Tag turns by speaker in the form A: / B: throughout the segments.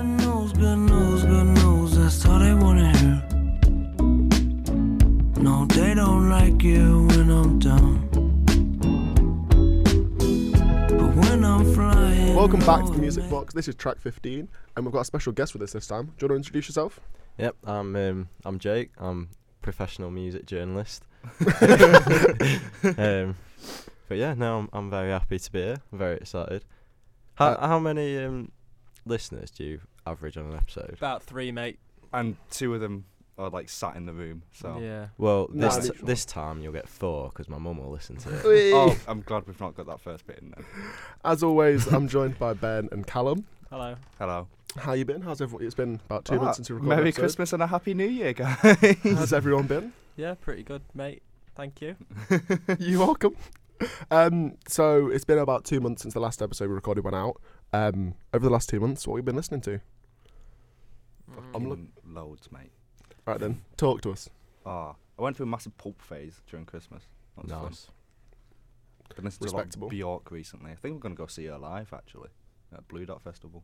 A: good news, good news, that's all they wanna hear. No, they don't like you when I'm down. But when I'm flying.
B: Welcome back to
A: low,
B: the
A: it
B: Music
A: makes
B: Box. This is track 15, and we've got a special guest with us this time. Do you want to introduce yourself?
C: Yep, I'm um, I'm Jake. I'm professional music journalist. um, but yeah, no, I'm, I'm very happy to be here. I'm very excited. How
B: Uh,
C: how many um, listeners do you average on an episode?
D: About three, mate.
E: and two of them are like sat in the room. So
D: Yeah.
C: Well,
B: No,
C: this
B: I'm
C: t- this time you'll get four because my mum will listen to it.
E: oh, I'm glad we've not got that first bit in there.
B: As always, I'm joined by Ben and Callum.
D: Hello.
E: Hello.
B: How you been? How's everyone? It's been about two
E: Ah,
B: months since we recorded.
E: Merry
B: an episode.
E: Christmas and a happy New Year, guys.
B: How's everyone been?
D: Yeah, pretty good, mate. Thank you.
B: You're welcome. Um, so it's been about two months since the last episode we recorded went out. Um, over the last two months, what have you been listening to? I'm look-
E: Fucking loads, mate.
B: All right then, talk to us.
E: Ah, I went through a massive pulp phase during Christmas. That was fun.
C: nice.
E: Been listening to a lot
B: Respectable.
E: of Bjork recently. I think we're gonna go see her live actually at Blue Dot Festival.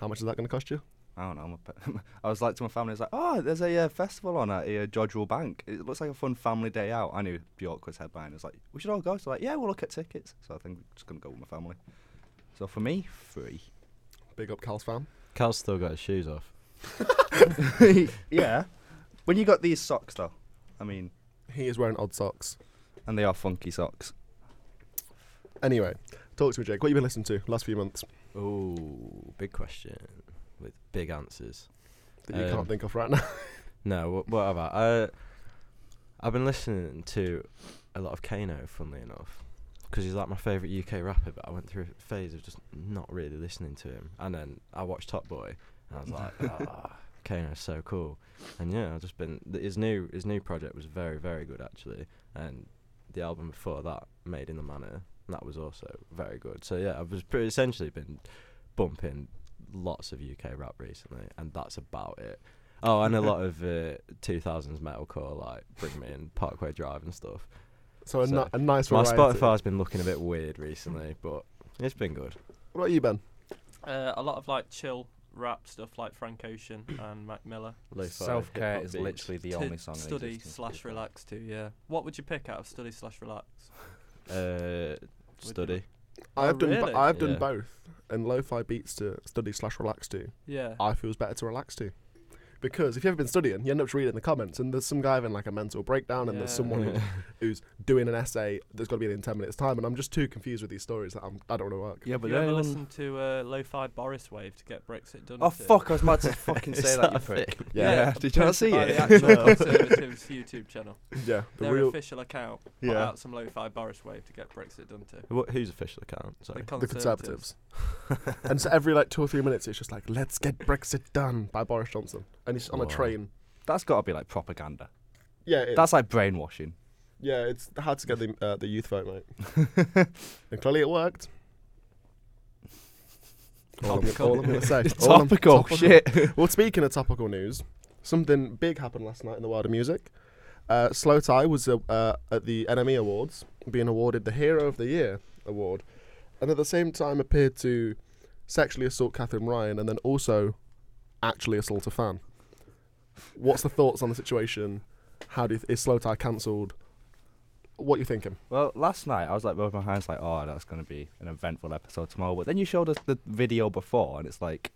B: How much is that going to cost you?
E: I don't know. My pa- I was like to my family, I was like, "Oh, there's a uh, festival on at uh, Jodrell Bank. It looks like a fun family day out." I knew Bjork was headlining. I was like, "We should all go." So like, "Yeah, we'll look at tickets." So I think we're just gonna go with my family. So for me, free.
B: Big up Cal's fam.
C: Cal's still got his shoes off.
E: yeah. When you got these socks though, I mean,
B: He is wearing odd socks.
E: and they are funky socks.
B: Anyway, talk to me, Jake. What have you been listening to last few months
C: Ooh, big question with big answers.
B: that you
C: Um,
B: can't think of right now?
C: No, what, what have I? Uh, I've been listening to a lot of Kano, funnily enough, because he's like my favourite UK rapper. But I went through a phase of just not really listening to him, and then I watched Top Boy, and I was like, ah, Kano's so cool. And yeah, I've just been th- his new his new project was very very good actually, and the album before that, Made in the Manor, that was also very good. So yeah, I've just pretty essentially been bumping lots of UK rap recently, and that's about it. Oh, and a lot of uh, 2000s metalcore, like Bring Me In, Parkway Drive, and stuff.
B: So a,
C: so
B: ni- a nice
C: My
B: variety.
C: Spotify's been looking a bit weird recently, but it's been good.
B: What about you, Ben?
D: Uh, a lot of like chill rap stuff like Frank Ocean and Mac Miller.
C: Lo-fi,
E: Self care
C: hip-hop
E: is
C: beats.
E: literally the
D: To
E: only song. in
D: study
E: existence.
D: slash relax to. Yeah. What would you pick out of study slash relax?
C: Uh,
D: you
C: study.
B: I've done.
D: Oh, really?
B: Bo- I've done
C: Yeah.
B: both, and lo-fi beats to study slash relax to.
D: Yeah.
B: I feels better to relax to. Because if you've ever been studying, you end up just reading the comments, and there's some guy having like a mental breakdown, and there's
D: Yeah.
B: someone who's, who's doing an essay that's got to be in ten minutes time, and I'm just too confused with these stories that I'm, I don't want to work.
E: Yeah,
D: But you ever listen to uh, Lo-Fi Boris Wave to get Brexit done?
E: Oh
D: to?
E: fuck! I was about to fucking
C: Is
E: say
C: that
E: that. You
C: a
E: prick.
C: thing?
E: Yeah.
B: Yeah,
E: Did you not see
D: by
E: it?
D: The actual
E: No.
D: Conservatives YouTube channel.
B: yeah. The
D: Their
B: real,
D: official account put
E: Yeah.
D: out some Lo-Fi Boris Wave to get Brexit done to.
C: What, whose official account?
D: The
C: Sorry.
B: the Conservatives. and so every like two or three minutes, it's just like, "Let's get Brexit done" by Boris Johnson, and it's on a
C: Wow.
B: train.
E: That's got to be like propaganda.
B: Yeah, it,
E: That's like brainwashing.
B: yeah. It's hard to get the uh, the youth vote, mate. and clearly, it worked. All I'm, all I'm gonna say. all I'm-
E: topical, shit.
B: Well, speaking of topical news, something big happened last night in the world of music. Uh, Slow Tie was uh, uh, at the NME Awards, being awarded the Hero of the Year award, and at the same time appeared to sexually assault Catherine Ryan and then also actually assault a fan. What's the thoughts on the situation? How do you th- is Slow Tie cancelled? What are you thinking?
E: Well, last night I was like rubbing my hands, like, oh, that's going to be an eventful episode tomorrow. But then you showed us the video before, and it's like,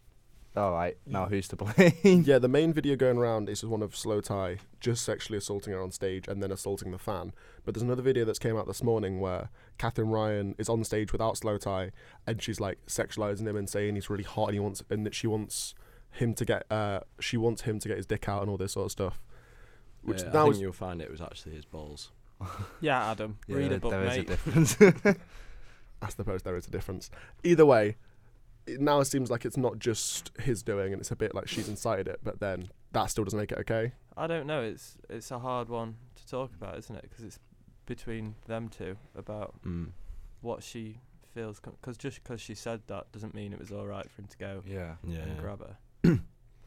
E: all right, now who's to blame?
B: Yeah, the main video going around is one of Slow Tie just sexually assaulting her on stage and then assaulting the fan. But there's another video that's came out this morning where Catherine Ryan is on stage without Slow Tie and she's like sexualizing him and saying he's really hot and he wants and that she wants him to get uh she wants him to get his dick out and all this sort of stuff. Which
C: Yeah, I
B: now
C: think
B: is
C: you'll find it was actually his balls.
D: Yeah, Adam.
E: Yeah,
D: read
E: there-
D: a book,
E: there is
D: mate.
E: a difference.
B: I suppose there is a difference. Either way, it now seems like it's not just his doing and it's a bit like she's incited it, but then that still doesn't make it okay.
D: I don't know. It's it's a hard one to talk about, isn't it? Because it's between them two about
C: Mm.
D: what she feels. Because just because she said that doesn't mean it was all right for him to go
E: yeah,
C: Yeah.
D: and
C: Yeah.
D: grab her.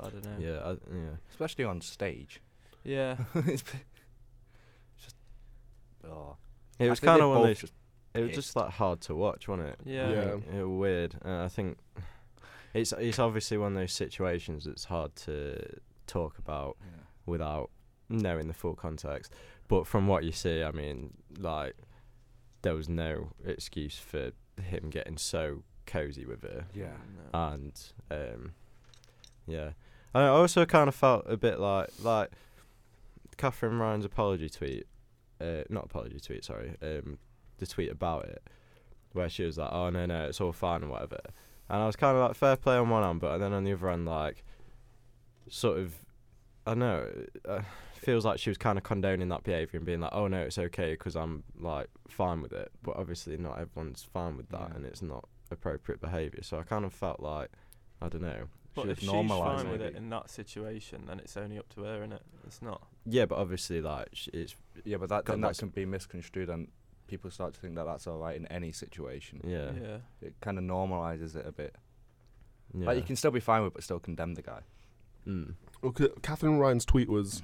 D: I don't know.
C: Yeah, I, yeah.
E: especially on stage.
D: Yeah.
E: it's p- just, oh.
C: It
E: I
C: was
E: think
C: kind
E: they
C: of one of
E: both
C: those. It was
E: pissed.
C: just like hard to watch, wasn't it?
D: Yeah.
B: Yeah.
C: Like, it was weird. Uh, I think It's it's obviously one of those situations that's hard to talk about without knowing the full context. But from what you see, I mean, like there was no excuse for him getting so cozy with her,
E: Yeah.
D: No.
C: and um, yeah, and I also kind of felt a bit like like Catherine Ryan's apology tweet, uh, not apology tweet, sorry, um, the tweet about it, where she was like, "Oh no, no, it's all fine and whatever," and I was kind of like, "Fair play on one hand," but then on the other hand, like, sort of, I don't know, uh, feels like she was kind of condoning that behaviour and being like, "Oh no, it's okay because I'm like fine with it," but obviously not everyone's fine with that,
E: Yeah.
C: and it's not appropriate behaviour. So I kind of felt like, I don't know.
D: But
E: Should
D: if she's
E: normalise
D: fine with
E: maybe.
D: it in that situation, then it's only up to her, innit? It's not.
C: Yeah, but obviously, like, sh- it's
E: Yeah, but that
C: God,
E: then that
C: that's-
E: can be misconstrued, and people start to think that that's all right in any situation.
C: yeah,
D: yeah.
E: It kind of normalizes it a bit.
C: yeah.
E: Like you can still be fine with, it, but still condemn the guy.
C: Mm.
B: Well, C- Catherine Ryan's tweet was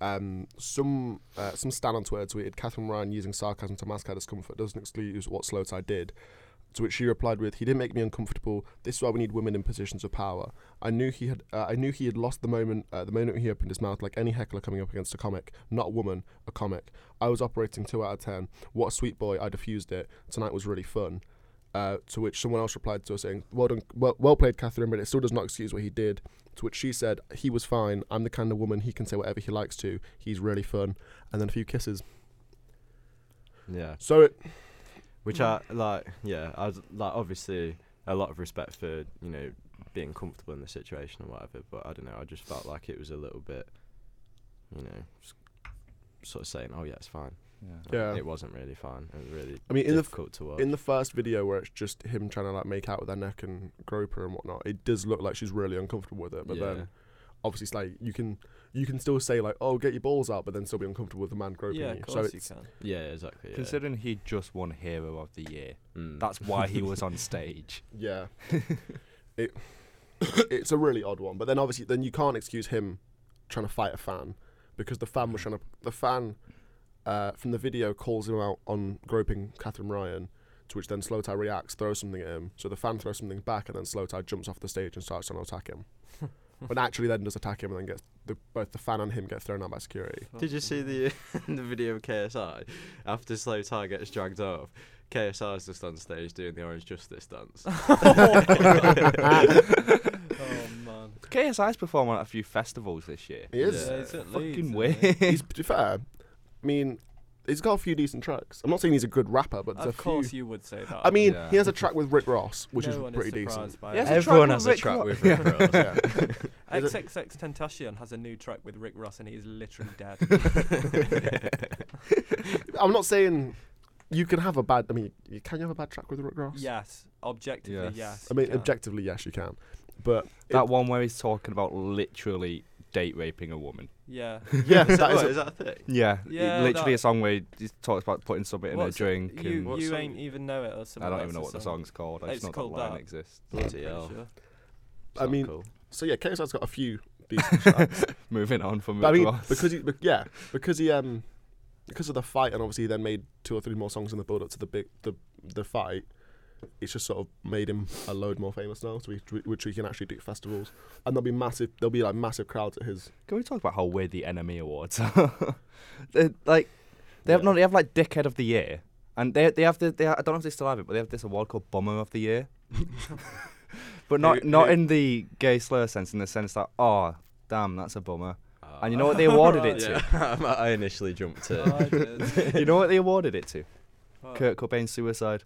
B: um, some uh, some stan on Twitter tweeted Catherine Ryan using sarcasm to mask her discomfort doesn't excuse what Slow Tie did. To which she replied with, "He didn't make me uncomfortable. This is why we need women in positions of power. I knew he had. Uh, I knew he had lost the moment. Uh, the moment he opened his mouth, like any heckler coming up against a comic, not a woman, a comic. I was operating two out of ten. What a sweet boy. I diffused it. Tonight was really fun." Uh, to which someone else replied to her saying, "Well done, well, well played, Catherine, but it still does not excuse what he did. To which she said, "He was fine. I'm the kind of woman he can say whatever he likes to. He's really fun." And then a few kisses.
C: Yeah.
B: So it,
C: Which I like. Yeah, I was, like obviously a lot of respect for you know being comfortable in the situation or whatever. But I don't know. I just felt like it was a little bit, you know, s- sort of saying, "Oh yeah, it's fine."
E: Yeah.
C: Like,
B: Yeah.
C: It wasn't really fine. It was really.
B: I mean, in the f-
C: difficult to watch.
B: in the first video where it's just him trying to like make out with her neck and grope her and whatnot, it does look like she's really uncomfortable with it. But
C: Yeah.
B: then obviously it's like you can you can still say like, "Oh, get your balls out," but then still be uncomfortable with the man groping
D: Yeah,
B: you.
D: of
B: So
D: course
B: it's
D: you can.
C: yeah, exactly. Yeah.
E: Considering he just won Hero of the Year,
C: Mm.
E: that's why he was on stage.
B: yeah, it it's a really odd one. But then obviously then you can't excuse him trying to fight a fan because the fan
D: Hmm.
B: was trying to the fan uh, from the video calls him out on groping Catherine Ryan, to which then Slow Tie reacts, throws something at him. So the fan throws something back, and then Slow Tie jumps off the stage and starts trying to attack him. but actually, then does attack him, and then gets the, both the fan and him get thrown out by security.
C: Did you see the the video of KSI after Slow Tie gets dragged off? KSI's just on stage doing the Orange Justice dance.
D: Oh man.
E: KSI's performing at a few festivals this year.
B: He is
D: Yeah,
C: Yeah,
D: he's at Leeds,
E: Fucking
D: isn't
E: weird.
D: he?
B: he's to be fair. I mean, he's got a few decent tracks. I'm not saying he's a good rapper, but there's
D: Of
B: a
D: course
B: few.
D: you would say that.
B: I mean,
E: Yeah.
B: he has a track with Rick Ross, which
D: no
B: is
D: one
B: pretty decent.
D: surprised by
E: Yes,
D: that.
E: it's
C: Everyone
E: track
C: has
E: with
C: a
E: Rick
C: track
E: Ross.
C: with Rick Ross.
B: Yeah. Is it-
D: XXX Tentacion has a new track with Rick Ross and he is literally dead.
B: I'm not saying you can have a bad. I mean, you can you have a bad track with Rick Ross?
D: yes, objectively, yes.
E: Yes.
B: I mean,
D: you can.
B: objectively, yes, you can. But
E: that one where he's talking about literally date raping a woman.
D: Yeah.
B: yes,
C: Is
B: that is.
C: what,
B: A,
C: is that a thing?
E: Yeah, it-
D: Yeah,
E: literally
D: that-
E: a song where he he talks about putting something in
D: What's-
E: a drink. and
D: You,
C: What
D: you
C: song?
D: ain't even know it or something.
E: I don't
D: that's
E: even know what the song's called. I
D: It's
E: just know that
D: called
E: line
D: that.
E: exists.
C: Bloody
D: Pretty
C: hell.
D: sure.
B: I
C: Not
B: mean,
C: cool.
B: so yeah, KSI's got a few decent tracks.
E: Moving on from
B: But I
E: Rick
B: mean,
E: Ross.
B: because he, be- yeah, because he um, because of the fight, and obviously he then made two or three more songs in the build up to the big the the fight. It's just sort of made him a load more famous now, so we, which we can actually do festivals, and there'll be massive, there'll be like massive crowds at his.
E: Can we talk about how weird the Enemy Awards are? They're, like they have
B: Yeah.
E: no, they have like Dickhead of the Year, and they they have the they ha I don't know if they still have it, but they have this award called Bummer of the Year. but not
B: Who-
E: not
B: who-
E: in the gay slur sense, in the sense that oh damn that's a bummer.
C: Ah.
E: And you know what they awarded it to?
C: yeah. I initially jumped to.
D: Oh, I did.
E: you know what they awarded it to?
D: What?
E: Kurt Cobain's suicide.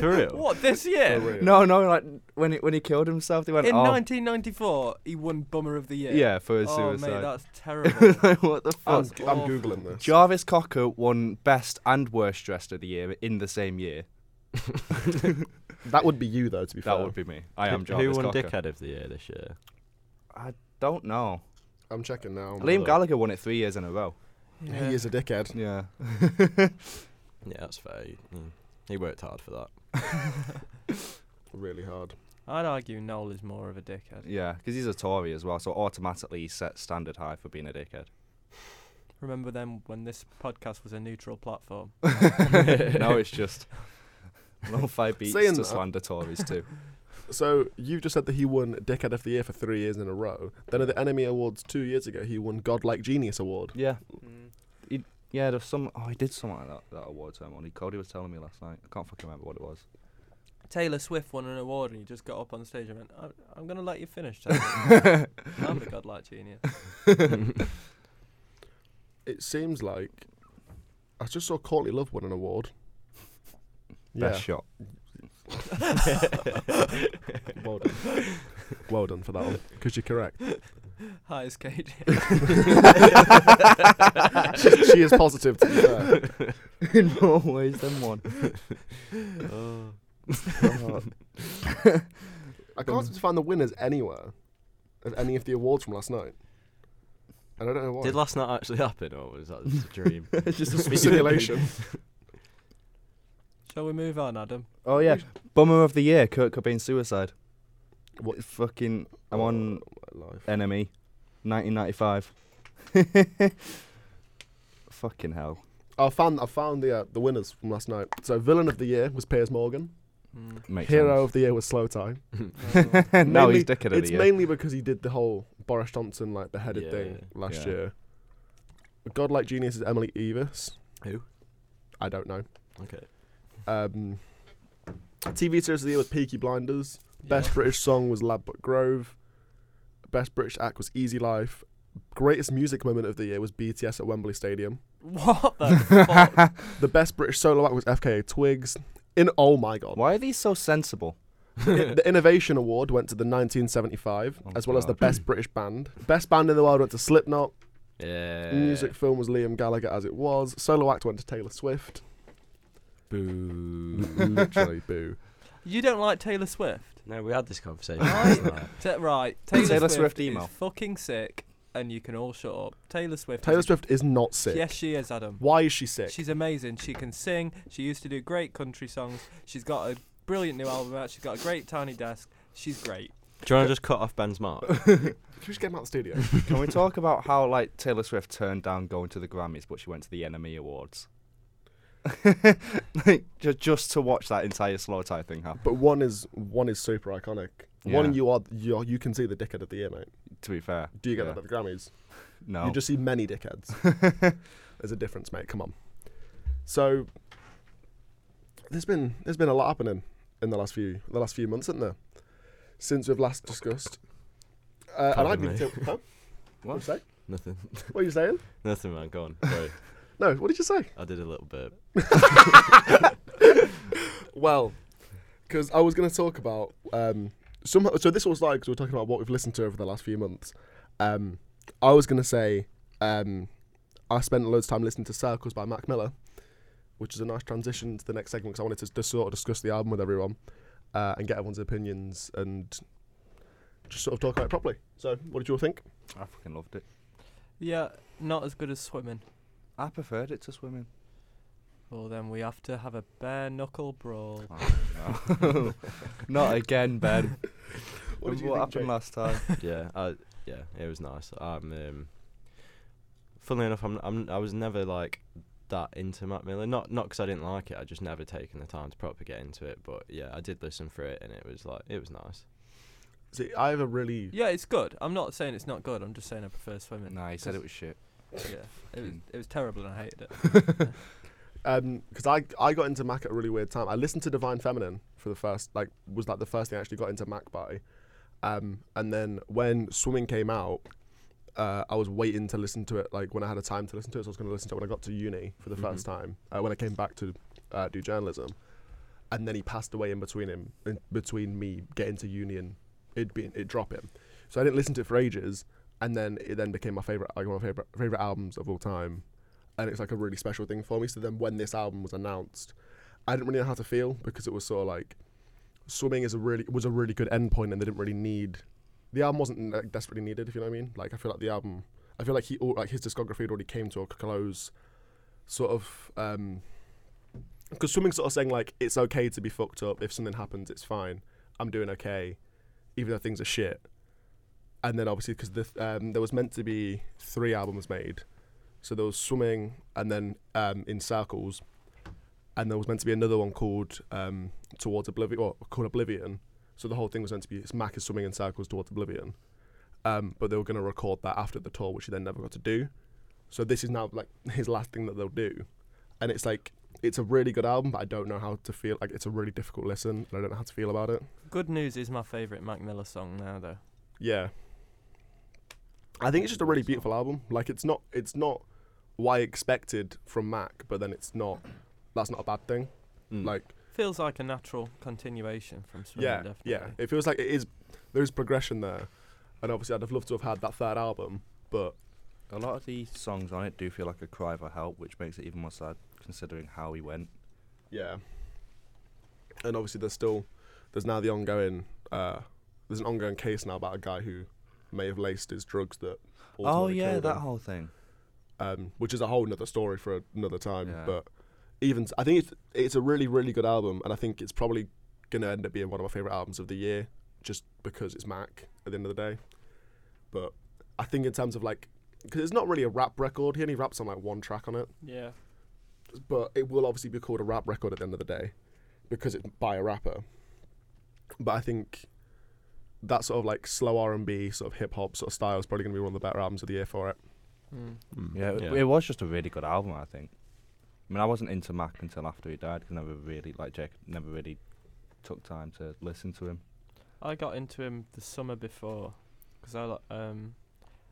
C: For real?
D: What, this year?
B: For real.
E: No, no, like when he, when he killed himself, they went
D: In
E: oh
D: 1994, he won Bummer of the Year.
E: yeah for his
D: Oh, mate,
E: suicide.
D: that's terrible.
E: what the
B: I'm, I'm
E: fuck?
D: That's awful.
B: googling this.
E: Jarvis Cocker won Best and Worst Dressed of the Year in the same year.
B: That would be you though, to be fair.
E: That would be me. I
C: Who-
E: am
C: Who
E: Jarvis
C: won
E: Cocker.
C: Dickhead of the Year this year?
E: I don't know.
B: I'm checking now.
C: I'll have a
E: Liam
C: look.
E: Gallagher won it three years in a row.
D: Yeah.
B: He is a dickhead.
E: Yeah.
C: Yeah, that's fair. He, mm, he worked hard for that.
B: Really hard.
D: I'd argue Noel is more of a dickhead.
E: yeah, because he's a Tory as well, so automatically he's set standard high for being a dickhead.
D: Remember then when this podcast was a neutral platform?
E: now it's just low five beats
B: Saying
E: to
B: that-
E: slander Tories too.
B: So you just said that he won Dickhead of the Year for three years in a row. Then at the Enemy Awards two years ago, he won Godlike Genius Award.
E: Yeah, Mm. yeah. There's some. Oh, he did something like that. That award ceremony. Cody was telling me last night. I can't fucking remember what it was.
D: Taylor Swift won an award and you just got up on stage and went, I'm, I'm going to let you finish, Taylor. I'm the godlike genius.
B: It seems like I just saw Courtney Love win an award.
E: Best shot.
B: well done. well done for that one, because you're correct.
D: Hi, it's Kate.
B: she, she is positive. To be fair.
E: In more ways than one.
B: Oh. I can't seem to find the winners anywhere of any of the awards from last night. And I don't know why.
C: Did last night actually happen, or was that just a dream?
E: it's just
B: It's a simulation.
D: Shall we move on, Adam?
E: Oh yeah, bummer of the year, Kurt Cobain suicide.
B: What-
E: What fucking? I'm on E,
B: My life.
E: Enemy, 1995. fucking hell.
B: I found I found the uh, the winners from last night. So villain of the year was Piers Morgan.
D: Mm.
E: Makes
B: Hero of the year was Slow Tie.
D: no.
E: sense. no,
B: Mainly-
E: he's dickhead of
B: It's
E: the year.
B: mainly because he did the whole Boris Johnson like beheaded
C: Yeah,
B: thing last
E: yeah.
B: year. Godlike genius is Emily Evis.
C: Who?
B: I don't know.
C: Okay.
B: Um, TV series of the year was Peaky Blinders.
D: Yeah.
B: Best British song was Ladbroke Grove. Best British act was Easy Life. Greatest music moment of the year was BTS at Wembley Stadium.
D: What the fuck?
B: The best British solo act was FKA Twigs. In oh my god.
E: Why are these so sensible?
B: I- the Innovation Award went to the 1975,
E: Oh,
B: as well as the
E: God.
B: Best British Band. Best Band in the World went to Slipknot.
C: Yeah.
B: Music film was Liam Gallagher as it was. Solo act went to Taylor Swift.
C: Boo.
B: Literally, boo.
D: you don't like Taylor Swift?
C: no, we had this conversation.
D: Right.
C: last night.
D: Ta- right. Taylor,
E: Taylor
D: Swift,
E: Swift
D: is
E: email.
D: fucking sick and you can all shut up. Taylor Swift.
B: Taylor
D: is a-
B: Swift is not sick.
D: Yes, she is, Adam.
B: Why is she sick?
D: She's amazing. She can sing. She used to do great country songs. She's got a brilliant new album out. She's got a great tiny desk. She's great.
C: Do you want to just cut off Ben's mark?
B: Can we just get him out of the studio?
E: Can we talk about how like Taylor Swift turned down going to the Grammys, but she went to the Enemy Awards? like, ju- just to watch that entire slow tie thing happen.
B: but one is one is super iconic.
E: Yeah.
B: One you are you are, you can see the dickhead of the year, mate.
E: To be fair,
B: Do you get
E: Yeah.
B: that at the Grammys?
E: no.
B: You just see many dickheads. there's a difference, mate. Come on. So there's been there's been a lot happening in the last few the last few months, isn't there? Since we've last discussed. Uh, and I'd be
C: Pardon
B: to, huh?
E: What?
B: What did you say?
C: Nothing.
B: What are you saying?
C: Nothing, man. Go on. Sorry.
B: No, what did you say?
C: I did a little burp.
B: Well, because I was going to talk about um, some. So this was like 'cause we we're talking about what we've listened to over the last few months. Um, I was going to say um, I spent loads of time listening to Circles by Mac Miller, which is a nice transition to the next segment because I wanted to just sort of discuss the album with everyone uh, and get everyone's opinions and just sort of talk about it properly. So, what did you all think?
E: I fucking loved it.
D: Yeah, not as good as swimming.
E: I preferred it to swimming.
D: Well, then we have to have a bare knuckle brawl.
E: Oh, no. Not again, Ben.
B: What did
E: Remember
B: you think,
E: Um, what happened last time?
C: yeah, I, yeah, it was nice. I'm, um, funnily enough, I'm, I'm, I was never like that into Matt Miller. Not, not because I didn't like it. I just never taken the time to properly get into it. But yeah, I did listen for it, and it was like, it was nice.
B: See, I have a really
D: Yeah, it's good. I'm not saying it's not good. I'm just saying I prefer swimming.
E: No, he said it was shit.
D: Yeah, it was, it was terrible and I hated it.
B: because Um, I I got into Mac at a really weird time. I listened to Divine Feminine for the first like was like the first thing I actually got into Mac by, um, and then when Swimming came out, uh, I was waiting to listen to it like when I had a time to listen to it. So I was going to listen to it when I got to uni for the first time uh, when I came back to uh, do journalism, and then he passed away in between him in between me getting to uni and it being it dropping. So I didn't listen to it for ages, and then it then became my favorite like one of my favorite favorite albums of all time and it's like a really special thing for me. So then when this album was announced, I didn't really know how to feel because it was sort of like swimming is a really was a really good end point, and they didn't really need the album wasn't like, desperately needed. If you know what I mean? Like I feel like the album, I feel like he al- like his discography had already came to a close, sort of. um because swimming's sort of saying like it's okay to be fucked up. If something happens, it's fine. I'm doing okay, even though things are shit. And then obviously because the, um, there was meant to be three albums made, so there was swimming and then um, in circles, and there was meant to be another one called um, Towards Oblivion, or called Oblivion, So the whole thing was meant to be it's Mac is swimming in circles towards oblivion. Um, but they were going to record that after the tour, which he then never got to do. So this is now like his last thing that they'll do, and it's like it's a really good album, but I don't know how to feel. Like it's a really difficult listen, and I don't know how to feel about it.
D: Good News is my favourite Mac Miller song now, though.
B: Yeah. I think it's just a really beautiful album. Like it's not it's not what I expected from Mac, but then it's not that's not a bad thing.
E: Mm. Oh,
B: Like
D: Feels like a natural continuation from Swim,
B: yeah,
D: definitely.
B: yeah. It feels like it is there's progression there. And obviously I'd have loved to have had that third album, but
E: A lot of the songs on it do feel like a cry for help, which makes it even more sad considering how he went.
B: yeah. And obviously there's still there's now the ongoing uh there's an ongoing case now about a guy who may have laced his drugs that
E: Oh
B: ultimately
E: yeah,
B: killed
E: that
B: him.
E: whole thing.
B: um, which is a whole nother story for another time.
E: Yeah.
B: But even s- I think it's it's a really really good album, and I think it's probably gonna end up being one of my favorite albums of the year, just because it's Mac at the end of the day. But I think in terms of like, because it's not really a rap record, he only raps on like one track on it,
D: Yeah.
B: but it will obviously be called a rap record at the end of the day, because it's by a rapper. But I think that sort of like slow R and B, sort of hip hop sort of style is probably gonna be one of the better albums of the year for it.
D: Mm.
E: Yeah, it, it was just a really good album, I think. I mean, I wasn't into Mac until after he died 'cause I never really, like Jake, never really took time to listen to him.
D: I got into him the summer before because I li- um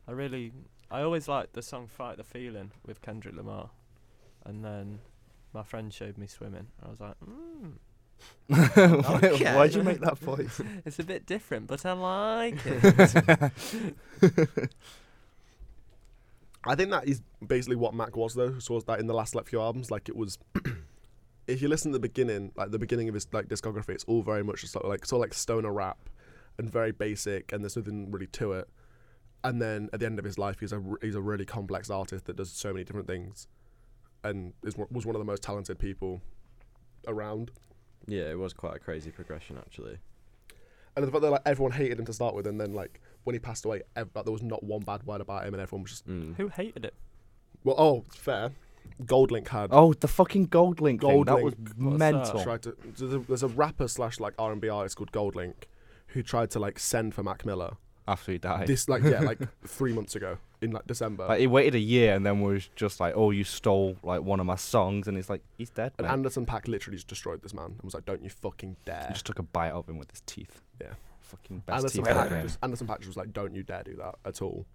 D: I really I always liked the song "Fight the Feeling" with Kendrick Lamar, and then my friend showed me swimming. I was like, mm, Okay.
E: Why'd you make that voice?
D: it's a bit different, but I like it.
B: I think that is basically what Mac was though. So was that in the last like few albums, like it was. if you listen to the beginning, like the beginning of his like discography, it's all very much just sort of like sort of like stoner rap, and very basic, and there's nothing really to it. And then at the end of his life, he's a r- he's a really complex artist that does so many different things, and is one- was one of the most talented people around.
C: Yeah, it was quite a crazy progression actually.
B: And the fact that like everyone hated him to start with, and then like when he passed away, ev- like, there was not one bad word about him, and everyone was just
C: Mm.
D: Who hated it?
B: well, oh, it's fair. Goldlink had
E: oh, the fucking gold link.
B: Gold
E: thing.
B: Link.
E: That was
D: What's
E: mental.
D: that?
B: tried to. so there- There's a rapper slash like R and B artist called Goldlink, who tried to like send for Mac Miller.
E: After he died,
B: This like yeah like three months ago in like December.
E: like he waited a year and then was just like, "Oh, you stole like one of my songs," and it's like, "He's dead."
B: and
E: mate."
B: Anderson Pack literally just destroyed this man and was like, "Don't you fucking dare."
E: He just took a bite of him with his teeth.
B: Yeah.
E: fucking best
B: Anderson
E: teeth I've ever
B: Pack,
E: had.
B: just, Anderson Paak just was like, "Don't you dare do that at all."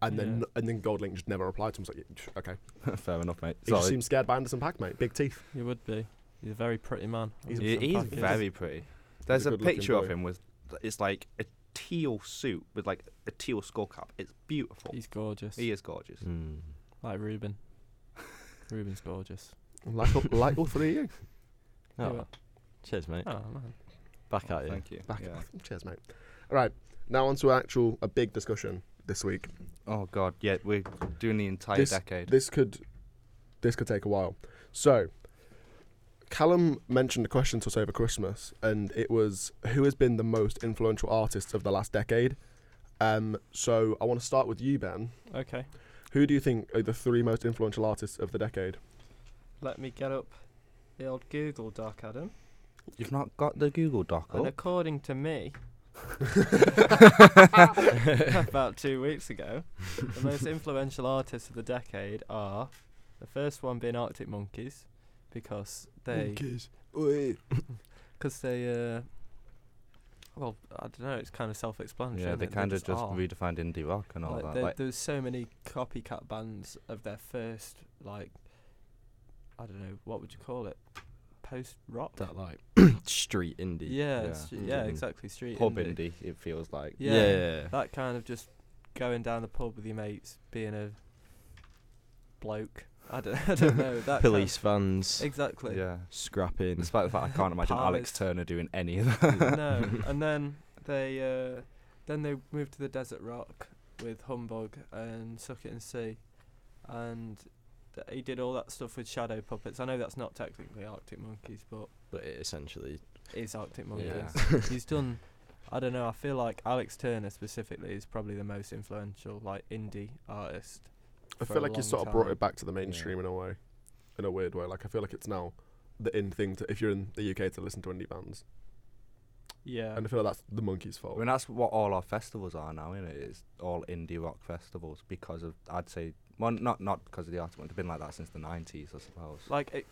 B: And then
D: Yeah.
B: and then Goldlink just never replied to him. Was like, "Yeah, "Okay."
E: Fair enough, mate.
B: He just
E: Sorry.
B: seemed scared by Anderson Pack, mate. Big teeth.
D: You would be. He's a very pretty man.
B: He's-
E: He-
D: Anderson
E: he's
D: Paak is.
E: very pretty. There's
B: a
E: a,
B: good-looking
E: picture of
B: boy.
E: him with it's like a teal suit with like a teal skull cap. It's beautiful.
D: He's gorgeous.
E: he is gorgeous.
C: Mm.
D: Like Ruben. Ruben's gorgeous.
B: Like all, like all three of you.
D: Yeah,
C: Oh,
D: well,
C: cheers, mate.
D: Oh man.
C: Back at you.
E: Thank you.
B: Back.
E: yeah.
B: Cheers, mate. All right, now on to actual a big discussion this week.
E: Oh god, yeah, we're doing the entire
B: This-
E: decade.
B: this could this could take a while. So Callum mentioned a question to us over Christmas, and it was who has been the most influential artist of the last decade. Um, so I want to start with you, Ben.
D: Okay.
B: Who do you think are the three most influential artists of the decade?
D: Let me get up the old Google Doc, Adam.
E: You've not got the Google Doc
D: And
E: up.
D: according to me, about two weeks ago, the most influential artists of the decade are the first one being Arctic Monkeys, because they, because they, uh, well, I don't know, it's kind of self-explanatory.
E: Yeah,
D: isn't
E: they
D: it?
E: kind of just,
D: are.
E: redefined indie rock and all
D: like,
E: that.
D: there,
E: Like,
D: there was so many copycat bands of their first, like, I don't know, what would you call it, post-rock.
C: that like street indie.
D: yeah,
E: yeah.
D: str- yeah,
C: Mm.
D: exactly. Street
E: pub
D: indie.
E: indie, it feels like.
D: Yeah.
C: yeah.
D: That kind of just going down the pub with your mates, being a bloke. I don't, I don't know. That kind of-
C: Police vans.
D: exactly.
E: Yeah.
C: Scrapping.
E: Despite the fact I can't imagine Alex
D: Parlours.
E: Turner doing any of that.
D: no. And then they uh, then they moved to the desert rock with Humbug and Suck It and See, and th- he did all that stuff with shadow puppets. I know that's not technically Arctic Monkeys, but
C: But it essentially.
D: it's Arctic Monkeys.
E: Yeah.
D: He's done. I don't know. I feel like Alex Turner specifically is probably the most influential like indie artist.
B: I
D: for
B: feel
D: a
B: like you
D: long
B: sort of brought
D: time.
B: it back to the mainstream in a way, in a weird way. Like I feel like it's now the in thing to if you're in the UK to listen to indie bands.
D: Yeah.
B: and I feel like that's the monkey's fault.
E: I mean, that's what all our festivals are now, isn't it? It's all indie rock festivals because of, I'd say, well, not not because of the art. It's been like that since the 90s, I suppose.
D: like it,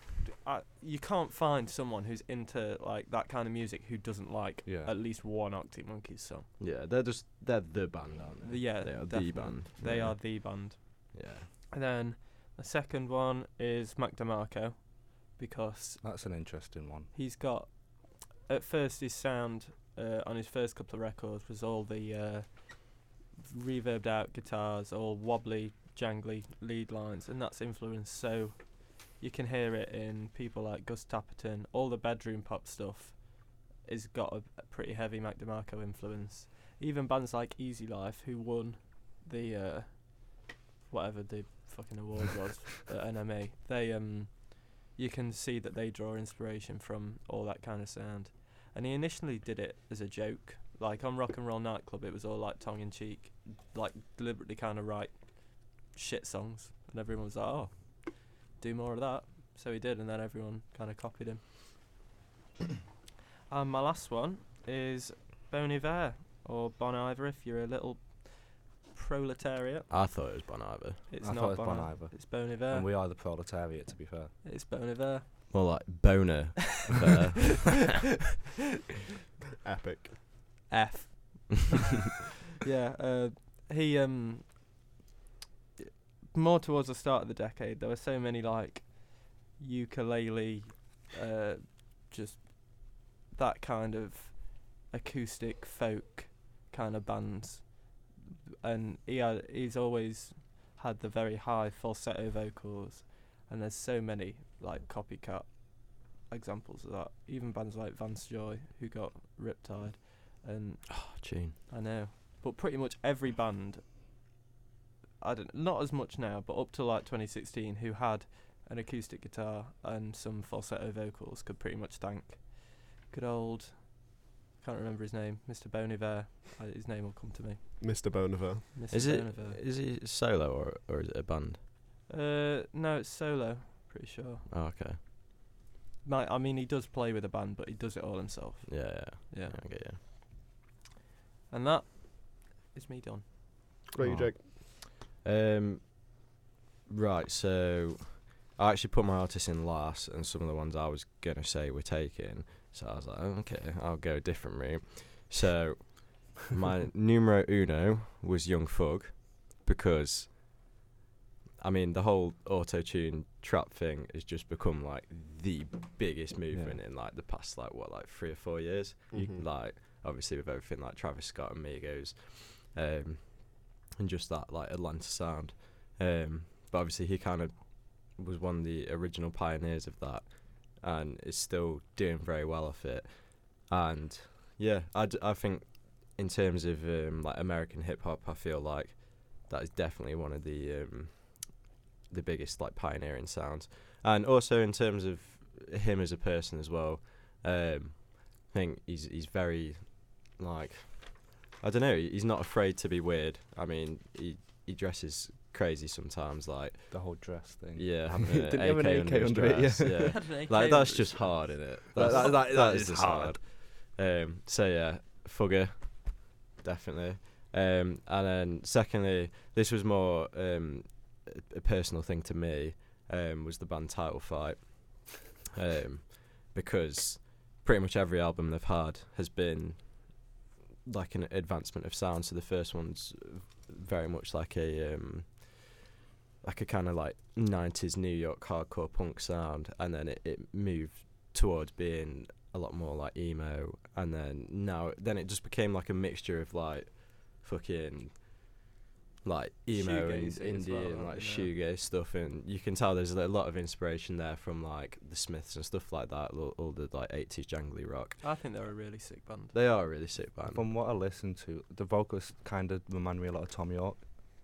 D: I, you can't find someone who's into like that kind of music who doesn't like
E: Yeah.
D: at least one Arctic Monkeys song.
C: Yeah, they're just they're the band, aren't they?
D: Yeah,
C: they are
D: definitely.
C: the band.
D: They
C: yeah.
D: are the band.
C: Yeah,
D: And then the second one is Mac DeMarco because
E: That's an interesting one.
D: he's got at first his sound uh, on his first couple of records was all the uh, reverbed out guitars, all wobbly, jangly lead lines, and that's influenced so you can hear it in people like Gus Tapperton. All the bedroom pop stuff is got a, a pretty heavy Mac DeMarco influence. Even bands like Easy Life, who won the uh, whatever the fucking award was at NME, they um you can see that they draw inspiration from all that kind of sound. And he initially did it as a joke. Like on Rock and Roll Nightclub, it was all like tongue in cheek, like deliberately kind of write shit songs. And everyone was like, oh, do more of that. So he did, and then everyone kind of copied him. and my last one is Bon Iver, or Bon Iver if you're a little proletariat.
C: I thought it was Bon Iver.
D: It's
E: I
D: not Uh,
E: thought it was
D: bon,
E: Bon
D: Iver.
E: Iver.
D: It's Bon Iver.
E: And we are the proletariat, to be fair.
D: it's Bon Iver.
C: More like Boner. Uh, Iver.
B: Epic.
D: F.
C: Oh,
D: yeah, uh, he um more towards the start of the decade. There were so many like ukulele, uh, just that kind of acoustic folk kind of bands, and he had, he's always had the very high falsetto vocals, and there's so many like copycat examples of that. Even bands like Vance Joy who got Riptide, and
C: oh, Gene.
D: I know. But pretty much every band, I don't not as much now, but up to like 2016, who had an acoustic guitar and some falsetto vocals could pretty much thank good old. Can't remember his name, Mr. Bon Iver. Uh, his name will come to me.
B: Mr. Boniver.
D: Mr.
C: Is it
D: Bon Iver.
C: is it solo or or is it a band?
D: uh, no, it's solo. Pretty sure.
C: Oh, okay.
D: Might, I mean, he does play with a band, but he does it all himself.
C: Yeah, yeah.
D: Yeah.
C: Okay, yeah.
D: And that is me done.
B: Right, you,
C: Oh.
B: Jake.
C: Um, right, so I actually put my artists in last, and some of the ones I was going to say were taken. So I was like, "Oh, okay, I'll go a different route. So my numero uno was Young Thug because, I mean, the whole auto tune trap thing has just become like the biggest movement in like the past, like, what, like three or four years? you
B: Mhm.
C: like obviously with everything like Travis Scott and Migos, um, and just that like Atlanta sound. Um, but obviously he kind of was one of the original pioneers of that, and is still doing very well off it. And yeah, I, d- I think in terms of um, like American hip hop, I feel like that is definitely one of the um, the biggest like pioneering sounds. And also in terms of him as a person as well, um, I think he's he's very like I don't know. He's not afraid to be weird. I mean, he he dresses crazy sometimes. Like
E: The whole dress thing.
C: yeah, having an
E: Didn't he have an
C: AK under his
E: under it, yeah.
C: dress, yeah. like that's just hard, isn't it? That's, that, that, that is
E: is
C: just hard. Um, so yeah, Fugger, definitely. Um, and then secondly, this was more um, a, a personal thing to me. Um, was the band title fight, um, because pretty much every album they've had has been like an advancement of sound. So the first one's very much like a um, like a kind of like nineties New York hardcore punk sound, and then it, it moved towards being a lot more like emo, and then now then it just became like a mixture of like fucking like emo and
D: Shoegazy as
C: indie
D: well,
C: and like
D: yeah.
C: shoegaze stuff, and you can tell there's a lot of inspiration there from like the Smiths and stuff like that, all, all the like eighties jangly rock.
D: I think they're a really sick band.
C: They are a really sick band.
E: From what I listened to, the vocals kind of remind me a lot of Tom York.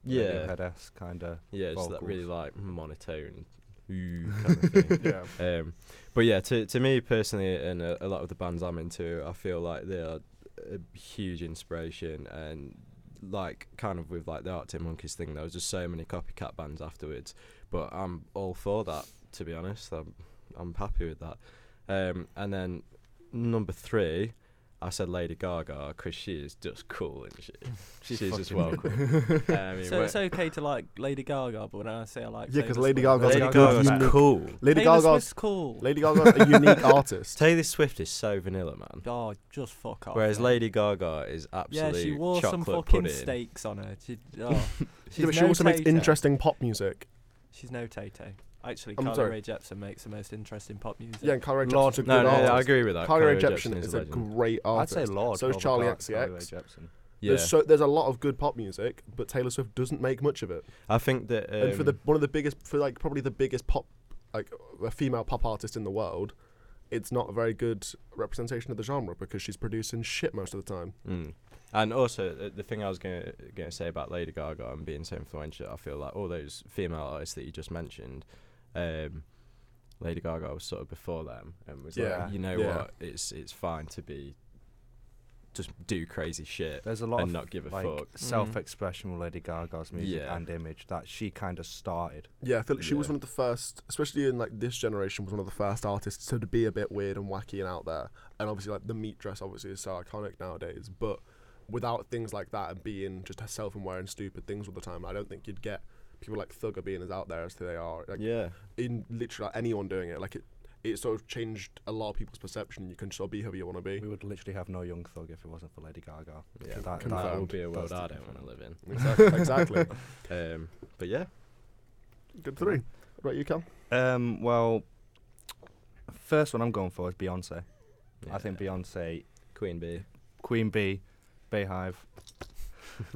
C: yeah,
E: Radiohead-esque kind of.
C: yeah, it's that
E: vocals.
C: really like monotone. ooh kind of thing.
B: Yeah.
C: Um, but yeah, to to me personally, and a, a lot of the bands I'm into, I feel like they are a huge inspiration. And like, kind of with like the Arctic Monkeys thing, there was just so many copycat bands afterwards. But I'm all for that, to be honest. I'm I'm happy with that. Um, and then number three, I said Lady Gaga because she is just cool and she
E: She's
C: she's just
E: fucking
C: well cool. I mean,
D: So
C: we're-
D: it's okay to like Lady Gaga, but when I say I like
B: Yeah, 'cause
D: famous
B: Lady
D: women-
B: Gaga's
C: Lady
B: a good
C: Gaga's
B: unique-
C: cool.
B: Lady
D: Taylor
B: Gaga's
D: Swift's cool.
B: Lady Gaga's a unique artist.
C: Taylor Swift is so vanilla, man.
D: oh, just fuck off.
C: Whereas
D: man.
C: Lady Gaga is
D: yeah,
C: absolute
D: she wore some
C: chocolate
D: fucking
C: pudding.
D: steaks on her. She, oh, she's
B: Yeah, but she
D: no
B: also makes
D: Tay-Tay.
B: interesting pop music.
D: She's no Tay-Tay. Actually,
B: I'm
D: Carly
B: sorry.
D: Rae Jepsen makes the most interesting pop music.
B: Yeah, and Carly Rae
E: Lord,
B: Jepsen's a good
C: No, no,
B: artist.
C: I agree with that.
B: Carly Rae
C: Uh, Jepsen
B: Jepsen is a
C: legend.
B: great artist.
E: I'd say Lord.
B: So is
E: over
B: Charlie
E: Gar- Carly Rae
B: XCX.
E: Jepsen.
C: Yeah,
B: There's so there's a lot of good pop music, but Taylor Swift doesn't make much of it.
C: I think that. Um,
B: and for the one of the biggest, for like probably the biggest pop, like a female pop artist in the world, it's not a very good representation of the genre because she's producing shit most of the time.
C: Mm. And also, uh, the thing I was gonna gonna say about Lady Gaga and being so influential, I feel like all those female artists that you just mentioned, um, Lady Gaga was sort of before them, and was
B: Yeah,
C: like, you know
B: yeah.
C: what, it's it's fine to be, just do crazy shit
E: There's a lot
C: and
E: of
C: not give a
E: like Mm.
C: fuck.
E: self-expression with Lady Gaga's music
C: Yeah.
E: and image that she kind of started.
B: Yeah, I feel like she was
C: Yeah.
B: one of the first, especially in like this generation, was one of the first artists to be a bit weird and wacky and out there. And obviously, like the meat dress, obviously, is so iconic nowadays. But without things like that and being just self-aware and stupid things all the time, I don't think you'd get people like Thugger being as out there as they are. Like,
C: Yeah,
B: in literally like, anyone doing it, like it, it sort of changed a lot of people's perception. You can sort of be who you want to
C: Eh.
B: be.
E: We would literally have no Young Thug if it wasn't for Lady Gaga.
C: yeah.
E: That- that
C: That
B: confirmed.
C: would be a world
E: That's
C: I
E: the
C: don't want to live
B: Exactly. exactly.
C: in. Um, but yeah,
B: Good three. Right, you Cal?
E: Um, well, first one I'm going for is Beyonce. I think
C: yeah,
E: Beyonce,
C: Queen Bee.
E: Queen Bee, Beehive.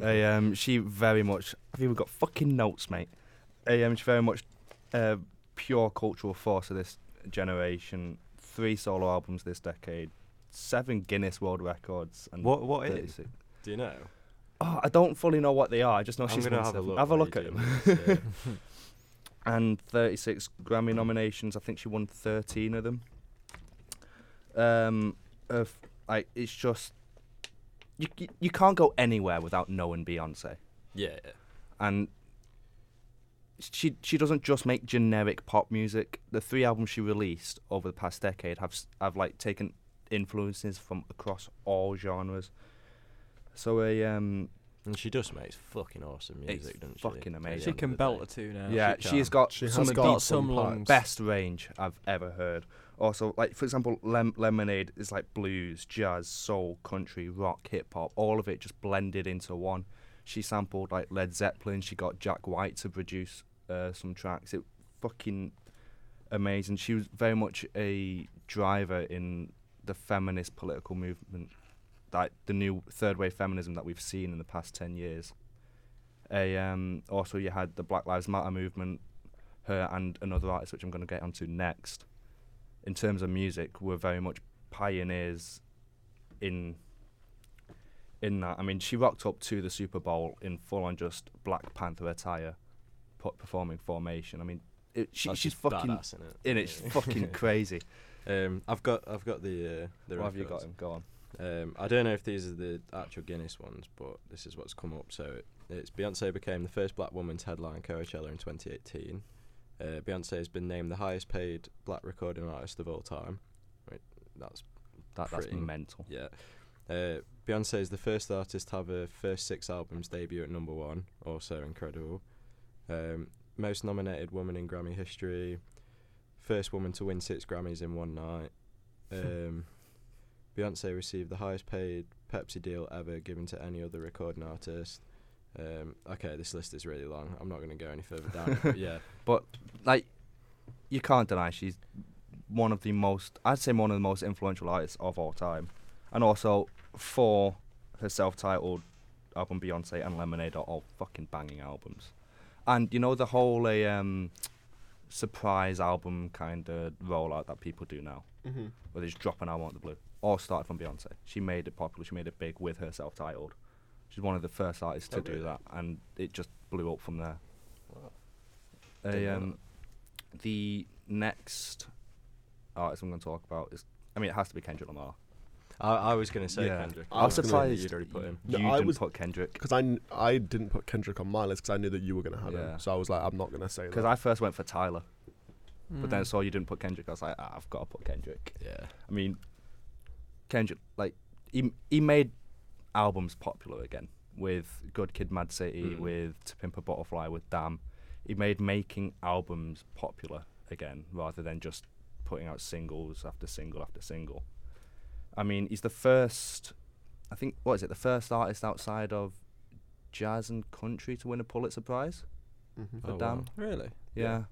E: I, um, she very much. Have you got fucking notes, mate? I, um, she's very much uh, pure cultural force of this generation. Three solo albums this decade, seven Guinness World Records, and
C: What what is?
E: 36.
C: Do you know?
E: Oh, I don't fully know what they are. I just know
C: I'm
E: she's
C: gonna
E: won
C: have a
E: seven.
C: look.
E: Have a
C: while you
E: look at
C: do
E: them.
C: this, yeah.
E: and 36 Grammy nominations. I think she won 13 of them. Um, of like it's just you you- you can't go anywhere without knowing Beyonce,
C: yeah, yeah.
E: and she she doesn't just make generic pop music. The three albums she released over the past decade have s- have like taken influences from across all genres. So a um
C: And she just makes fucking awesome
E: It's
C: music, doesn't she?
E: fucking
C: At the
E: amazing.
D: She
C: end
D: can
C: of the
D: belt
C: day.
D: a two now.
E: yeah,
C: she
E: she has
C: can.
E: got
B: She
E: some
B: has
E: of
B: got
E: the
D: some
B: parts.
D: lungs.
E: best range I've ever heard. Also, like for example, lem- Lemonade is like blues, jazz, soul, country, rock, hip hop. All of it just blended into one. She sampled like Led Zeppelin. She got Jack White to produce uh, some tracks. It fucking amazing. She was very much a driver in the feminist political movement, like the new third wave feminism that we've seen in the past ten years. A um, also you had the Black Lives Matter movement her and another artist which I'm going to get onto next, in terms of music, were very much pioneers in in that. I mean, she rocked up to the Super Bowl in full on just Black Panther attire, put performing formation. I mean, it, she,
C: That's
E: she's
C: just
E: fucking
C: badass, isn't it?
E: in it. She's fucking crazy.
C: Um, I've got, I've got the. Uh, the
E: What have you got
C: records.
E: him? Go on.
C: Um, I don't know if these are the actual Guinness ones, but this is what's come up. So it, it's Beyonce became the first black woman to headline Coachella in 2018. Uh, Beyonce has been named the highest paid black recording artist of all time. Wait, that's
E: That, that's
C: Pretty.
E: mental.
C: Yeah. Uh, Beyonce is the first artist to have her first six albums debut at number one. Also incredible. Um, most nominated woman in Grammy history. First woman to win six Grammys in one night. Um, Beyonce received the highest paid Pepsi deal ever given to any other recording artist. Um, okay, this list is really long. I'm not going to go any further down. it, but yeah.
E: Like, you can't deny she's one of the most, I'd say, one of the most influential artists of all time. And also, for her self titled album Beyonce and Lemonade are all fucking banging albums. And you know, the whole eh, um, surprise album kind of rollout that people do now,
B: Mm-hmm.
E: where they just drop an album out of the blue, all started from Beyonce. She made it popular, she made it big with her self titled. She's one of the first artists to
C: Oh,
E: do
C: really?
E: that, and it just blew up from there.
C: Wow. Didn't
E: A,
C: know
E: um, the next artist I'm going to talk about is, I mean, it has to be Kendrick Lamar.
C: I, I was going to say
E: Yeah.
C: Kendrick.
B: I was
C: gonna-
E: surprised
C: you'd already put him.
E: You
B: No, I
E: didn't
B: was-
E: put Kendrick
B: Because I, kn- I didn't put Kendrick on my list because I knew that you were going to have
E: Yeah.
B: him. So I was like, I'm not going to say
E: because
B: that.
E: I first went for Tyler, but then I
D: Mm.
E: saw you didn't put Kendrick. I was like, ah, I've got to put Kendrick.
C: Yeah.
E: I mean, Kendrick, like he he made albums popular again with Good Kid, Mad City,
B: Hmm.
C: Mm.
E: with To Pimp a Butterfly, with Damn. He made making albums popular again rather than just putting out singles after single after single. I mean, he's the first. I think what is it? The first artist outside of jazz and country to win a Pulitzer Prize.
B: Mm-hmm.
E: For
C: wow.
E: Damn.
C: Really?
E: Yeah.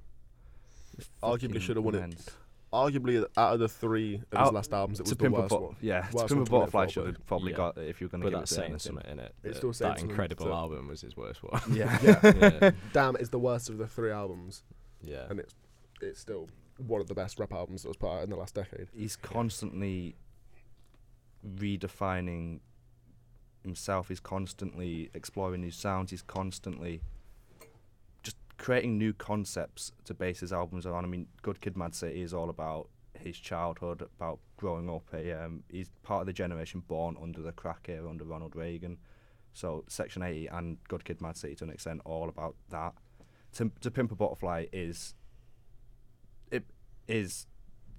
E: It's fucking
B: Arguably should've won it.
E: immense.
B: Arguably, out of the three of his
E: Out-
B: last albums, it was
E: to
B: the
E: Pimp a
B: worst
E: Butterfly,
B: one.
E: yeah, to
B: Worst
E: Pimp
B: one
E: a
B: to win it
E: Butterfly
B: for,
E: should
B: but
E: have probably
C: yeah.
E: got it if you were going to
C: But
E: give it
C: that's
E: to
C: saying
E: anything.
C: something, innit?
B: It
C: That-
B: still says
C: that
B: something
C: incredible
B: to-
C: album was his worst one.
E: Yeah.
C: yeah.
B: Damn is the worst of the three albums,
C: yeah.
B: and it's it's still one of the best rap albums that was put out in the last decade.
E: He's constantly redefining himself. He's constantly exploring new sounds. He's constantly just creating new concepts to base his albums on. I mean, Good Kid, Mad City is all about his childhood, about growing up. He, um, he's part of the generation born under the crack era, under Ronald Reagan. So Section 80 and Good Kid, Mad City to an extent, all about that. To, to Pimp a Butterfly is it is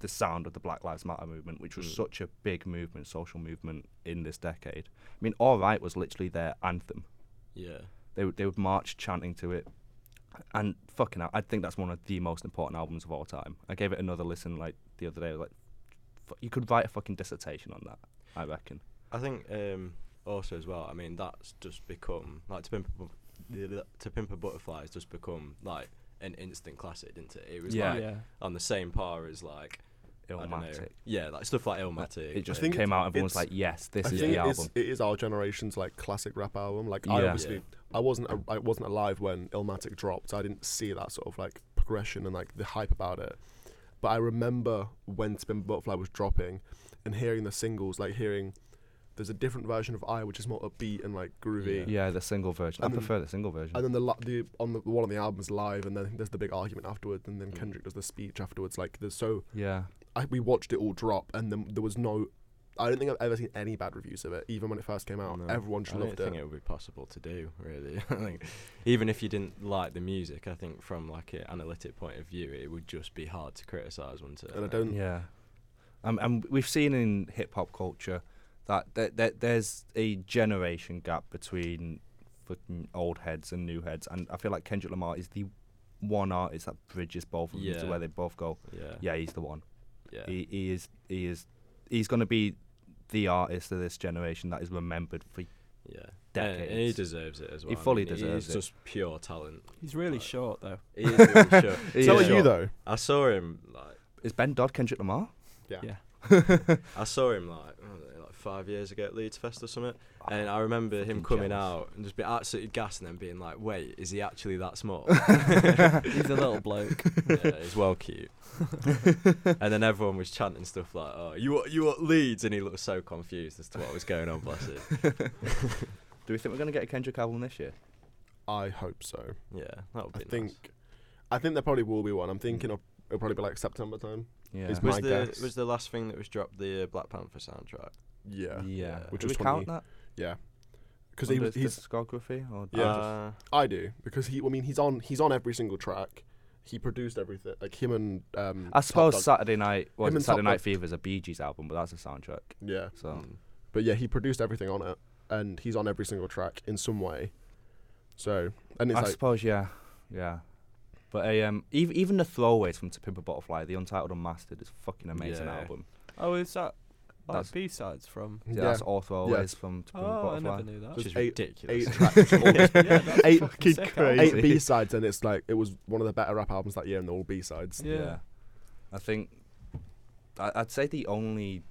E: the sound of the Black Lives Matter movement, which was
C: Mm.
E: such a big movement, social movement in this decade. I mean, All Right was literally their anthem.
C: Yeah.
E: They would they would march chanting to it, and fucking, hell, I think that's one of the most important albums of all time. I gave it another listen like the other day. I was Like, fu- you could write a fucking dissertation on that. I reckon.
C: I think um, also as well. I mean, that's just become like to pimp a, Bu- the- to pimp a butterfly has just become like an instant classic, didn't it? It was
E: Yeah.
C: like
D: Oh, yeah.
C: on the same par as like I don't know.
E: Illmatic.
C: Yeah, like stuff like Illmatic.
E: It just
B: I think
E: came out.
B: it's-
E: Everyone's
B: it's-
E: like, yes, this
B: I
E: is
B: think
E: the
B: it is-
E: album.
B: it is our generation's like classic rap album. Like I
E: Yeah.
B: obviously,
C: Yeah.
B: I wasn't, a, I wasn't alive when Illmatic dropped. I didn't see that sort of like progression and like the hype about it. But I remember when Spin Butterfly was dropping, and hearing the singles, like hearing, there's a different version of I, which is more upbeat and like groovy.
E: Yeah, the single version. I
B: And then-
E: prefer the single version.
B: And then the, li- the on the one of the albums live, and then there's the big argument afterwards, and then
C: Mm.
B: Kendrick does the speech afterwards. Like there's so
E: yeah.
B: I, we watched it all drop, and then there was no. I don't think I've ever seen any bad reviews of it, even when it first came out.
C: No.
B: Everyone just
C: I don't
B: loved
C: think
B: it.
C: it would be possible to do, really. I think even if you didn't like the music, I think from like an analytic point of view, it would just be hard to criticize, wouldn't it?
B: And I don't.
E: Yeah, um, and we've seen in hip hop culture that there, there, there's a generation gap between fucking old heads and new heads, and I feel like Kendrick Lamar is the one artist that bridges both of them
C: Yeah.
E: to where they both go.
C: Yeah.
E: Yeah, he's the one.
C: Yeah.
E: He, he is. He is. He's gonna be the artist of this generation that is remembered for.
C: Yeah. And, and he
E: decades.
C: deserves it as
E: He
C: well.
E: fully
C: He's
E: deserves it.
C: just pure talent.
D: He's really
C: Right.
D: short though.
C: He is really sure.
E: He
B: So
E: is
B: are you
E: short.
B: though?
C: I saw him like
E: Is Ben Dodd Kendrick Lamar?
B: Yeah.
D: Yeah.
C: I saw him like I don't know, like five years ago at Leeds Fest or something, and I remember him
E: fucking
C: coming
E: jealous.
C: out and just be absolutely gassed and then being like, "Wait, is he actually that small?"
D: He's a little bloke.
C: yeah, he's well cute. and then everyone was chanting stuff like, "Oh, you want- you want Leeds?" and he looked so confused as to what was going on. Bless him.
E: Do we think we're gonna get a Kendrick album this year?
B: I hope so.
C: Yeah, that would
B: I
C: be
B: think.
C: nice.
B: I think there probably will be one. I'm thinking of, it'll probably be like September time.
E: Yeah.
B: It's
C: Was
B: my
C: the
B: guess.
C: was the last thing that was dropped the uh, Black Panther soundtrack?
B: Yeah.
E: yeah.
C: Which
E: Do
B: was
E: we count
B: 20
E: that?
B: Yeah. Because he
E: Under
B: was,
E: his
B: he's
E: discography or
B: Yeah.
C: Uh,
B: I do because he. I mean, he's on. He's on every single track. He produced everything. Like him and. Um,
E: I
B: Top
E: suppose
B: Dog-
E: Saturday Night was
B: Him
E: it
B: and Top
E: Saturday Night
B: Dog.
E: Fever is a Bee Gees album, but that's a soundtrack.
B: yeah,
E: So
C: mm.
B: but yeah, he produced everything on it, and he's on every single track in some way. So and it's
E: I
B: like
E: suppose yeah, yeah. But a, um, ev- even the throwaways from To Pimp a Butterfly, the Untitled Unmastered, is a fucking amazing
C: Yeah.
E: album.
D: Oh, is that
E: That's-
D: like B sides from?
E: Yeah, that's all throwaways from To Pimp a
D: Oh, I
E: Butterfly.
D: never knew
C: which
D: that.
C: is
B: eight-
C: ridiculous.
B: eight tracks. all just-
D: yeah, that's
B: eight
D: fucking sick album.
E: crazy.
B: eight B sides, and it's like it was one of the better rap albums that year, and they're all B sides.
D: Yeah.
E: I think I, I'd say the only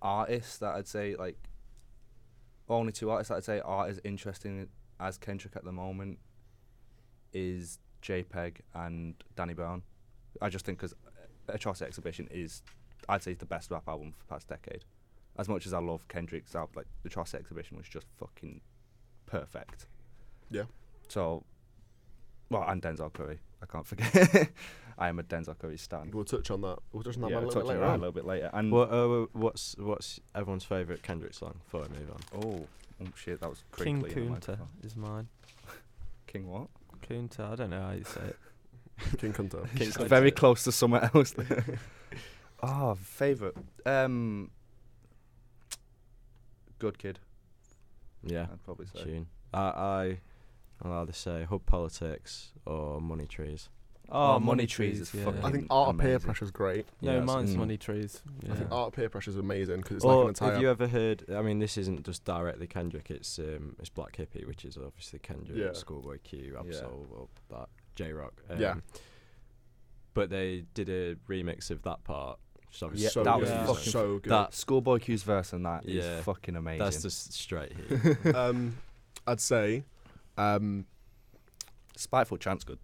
E: artist that I'd say like only two artists that I'd say are as interesting as Kendrick at the moment is JPEG and Danny Brown. I just think because Atrocity Exhibition is I'd say it's the best rap album for the past decade. As much as I love Kendrick's album, like Atrocity Exhibition was just fucking perfect.
B: Yeah.
E: So, well, and Denzel Curry. I can't forget. I am a Denzel Curry stan.
B: We'll touch on that. We'll touch on that
E: Yeah,
B: man a
E: we'll
B: little
E: touch
B: bit later
E: on that a
B: on.
E: little bit later. And
C: What, uh, what's what's everyone's favourite Kendrick song? Before I move on,
E: oh, oh shit, that was
D: King
E: crinkly in the
D: Kunta
E: microphone.
D: is mine.
E: King what?
D: Kunta, I don't know how you say it.
B: King Kunta.
C: King
E: It's very close to somewhere else. oh, favorite. Ah, Um, good kid.
C: Yeah.
E: I'd probably say.
C: Uh, Tune. I, I I'll either say hub politics or money trees.
E: Oh, Money Trees is fucking-
B: I think
E: Mm,
B: art of peer
E: amazing.
B: pressure is great.
D: No,
C: Yeah, that's-
D: mine's
E: mm.
D: money trees. Yeah.
B: I think art of peer pressure is amazing because it's
C: or
B: like an
C: have you
B: entire.
C: ever heard? I mean, this isn't just directly Kendrick. It's um, it's Black Hippie, which is obviously Kendrick,
B: Yeah.
C: Schoolboy Q,
E: Yeah.
C: Absol, all that J Rock. Um,
B: Yeah.
C: But they did a remix of that part. Which is obviously
E: Yeah,
B: so
E: that
B: good.
E: was
D: Yeah.
E: fucking
B: so good.
C: that-
E: Schoolboy Q's verse and that is
C: Yeah.
E: fucking amazing.
C: that's just straight. Heat.
B: um, I'd say, um,
E: Spiteful Chance, good.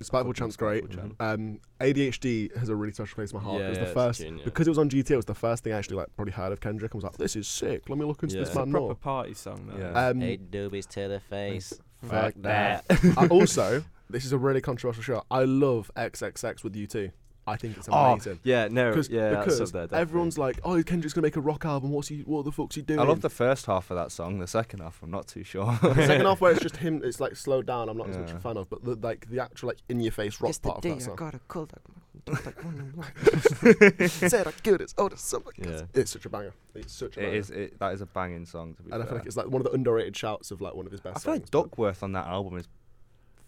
B: Spiteful
E: Fucking
B: Chance,
E: Spiteful
B: great.
E: Chance.
B: Um, ADHD has a really special place in my heart. it was
C: Yeah,
B: the
C: it's
B: first
C: genius.
B: because it was on GTA. It was the first thing I actually like probably heard of Kendrick. and was like, this is sick. Let me look into
C: Yeah.
B: this
D: It's a
B: man
D: proper
B: more.
D: party song, though.
E: Yeah.
B: Um,
C: doobies to the face.
B: Fuck
E: that.
B: I Uh, also, this is a really controversial show. I love XXX with you too. I think it's
E: Oh,
B: amazing.
C: Yeah, no,
B: Cause,
C: yeah, that's up
B: because
C: there. Definitely.
B: everyone's like, "Oh, Kendrick's gonna make a rock album. What's he? What the fuck's he doing?"
E: I love the first half of that song. The second half, I'm not too sure.
B: The second half where it's just him. It's like slowed down. I'm not as much a
E: Yeah.
B: fan of, but the, like the actual like in your face rock part of that song.
A: got a cold like
B: oh, Said I could. It's old as summer.
C: Yeah.
B: It's such a banger. It's such a
E: it
B: banger.
E: is. It, that is a banging song. To be
B: And I
E: fair.
B: feel like it's like one of the underrated shouts of like one of his best.
E: I feel like
B: songs, but-
E: Duckworth on that album is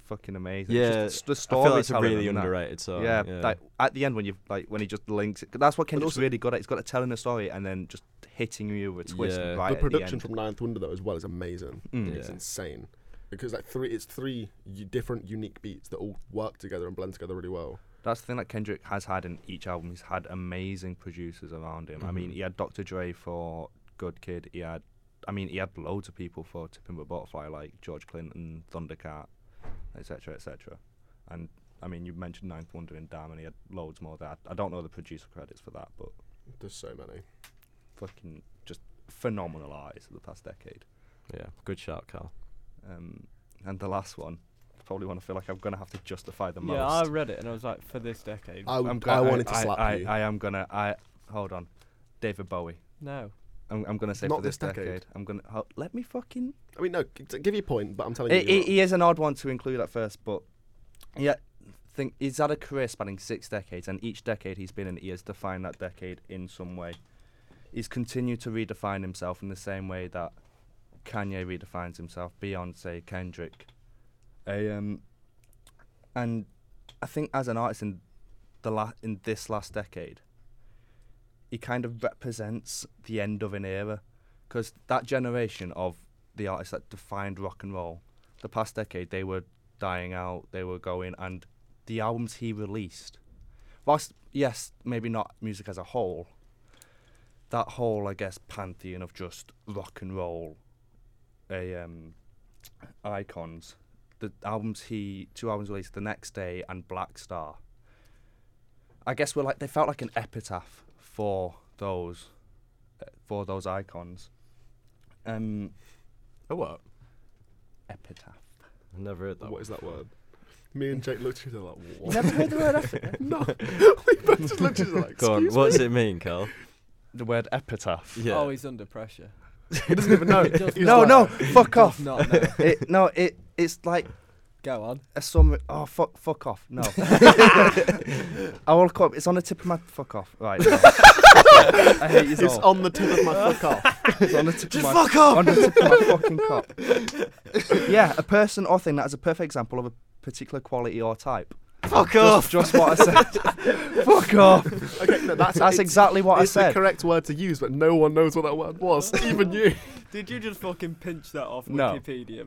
E: fucking amazing.
C: Yeah,
E: it's just the
C: I feel like it's a
E: storytelling
C: really
E: and that.
C: underrated song.
E: yeah, like at the end when you like when he just links it. 'cause That's what Kendrick's
B: also-
E: really good at. He's good at telling a story and then just hitting you with a twist
C: Yeah.
E: right
B: the
E: at
B: production
E: the
B: from Ninth Wonder though as well is amazing.
E: end. Mm.
C: Yeah.
B: It's insane because like three, it's three u- different unique beats that all work together and blend together really well.
E: That's the thing that Kendrick has had in each album. He's had amazing producers around him. I mean,
C: Mhm.
E: he had Dr. Dre for Good Kid. He had, I mean, he had loads of people for Tipping with Butterfly, like George Clinton, Thundercat, etc., etc. And I mean, you mentioned Ninth Wonder and Damn, and he had loads more there. I don't know the producer credits for that, but
B: There's so many.
E: fucking just phenomenal artists of the past decade.
C: yeah, good shout, Cal.
E: Um, and the last one, probably one I feel like I'm gonna have to justify the most.
D: Yeah, I read it and I was like, for this decade.
B: Oh, I,
E: I'm
B: would,
E: go-
B: I wanted to
E: I-
B: slap
E: I,
B: you.
E: I am gonna. I hold on, David Bowie.
D: no.
E: I'm, I'm gonna say
B: Not
E: for this
B: this decade.
E: decade. I'm gonna ho- let me fucking.
B: I mean, no, g- t- give your point, but I'm telling you.
E: He- he,
B: you're
E: he is an odd one to include at first, but yeah, think he's had a career spanning six decades, and each decade he's been in, he has defined that decade in some way. He's continued to redefine himself in the same way that Kanye redefines himself, Beyonce, Kendrick, I, um, and I think as an artist in the la- in this last decade, he kind of represents the end of an era, because that generation of the artists that defined rock and roll, the past decade they were dying out, they were going, and the albums he released, whilst yes, maybe not music as a whole, that whole I guess pantheon of just rock and roll, a um, icons, the albums he two albums released the next day and Black Star. I guess were like they felt like an epitaph for those, for those icons. Um,
C: Oh what?
E: epitaph.
C: I've never heard
B: wrong.
C: that.
B: What is that word? Me and Jake looked at each other like,
E: You
B: what?
E: never heard the word epitaph?
B: no. we both just looked at each other like,
C: Go on,
B: excuse
C: what's
B: me.
C: it mean,
E: Oh,
C: Cal?
E: The word epitaph.
C: Yeah.
D: Oh, he's under pressure.
B: He doesn't even know.
D: Just
B: He's
E: no,
B: like-
E: no, fuck
D: Does
E: off.
D: Not know.
E: It, no, it it's like
D: Go on.
E: a summary. Oh, fuck, fuck off. No. I will come. It's on the tip of my. Fuck off. Right. no. I hate you
B: It's
E: all.
B: on the tip of my fuck off.
E: It's on the tip of my. Fuck off. On the tip of my fucking cop. yeah, a person or thing that is a perfect example of a particular quality or type.
C: Fuck
E: Just, just what I said. fuck off.
B: Okay, no, that's,
E: That's
B: it's-
E: exactly what I
B: it's the
E: said.
B: correct word to use, but no one knows what that word was, even you.
D: Did you just fucking pinch that off
E: No.
D: Wikipedia?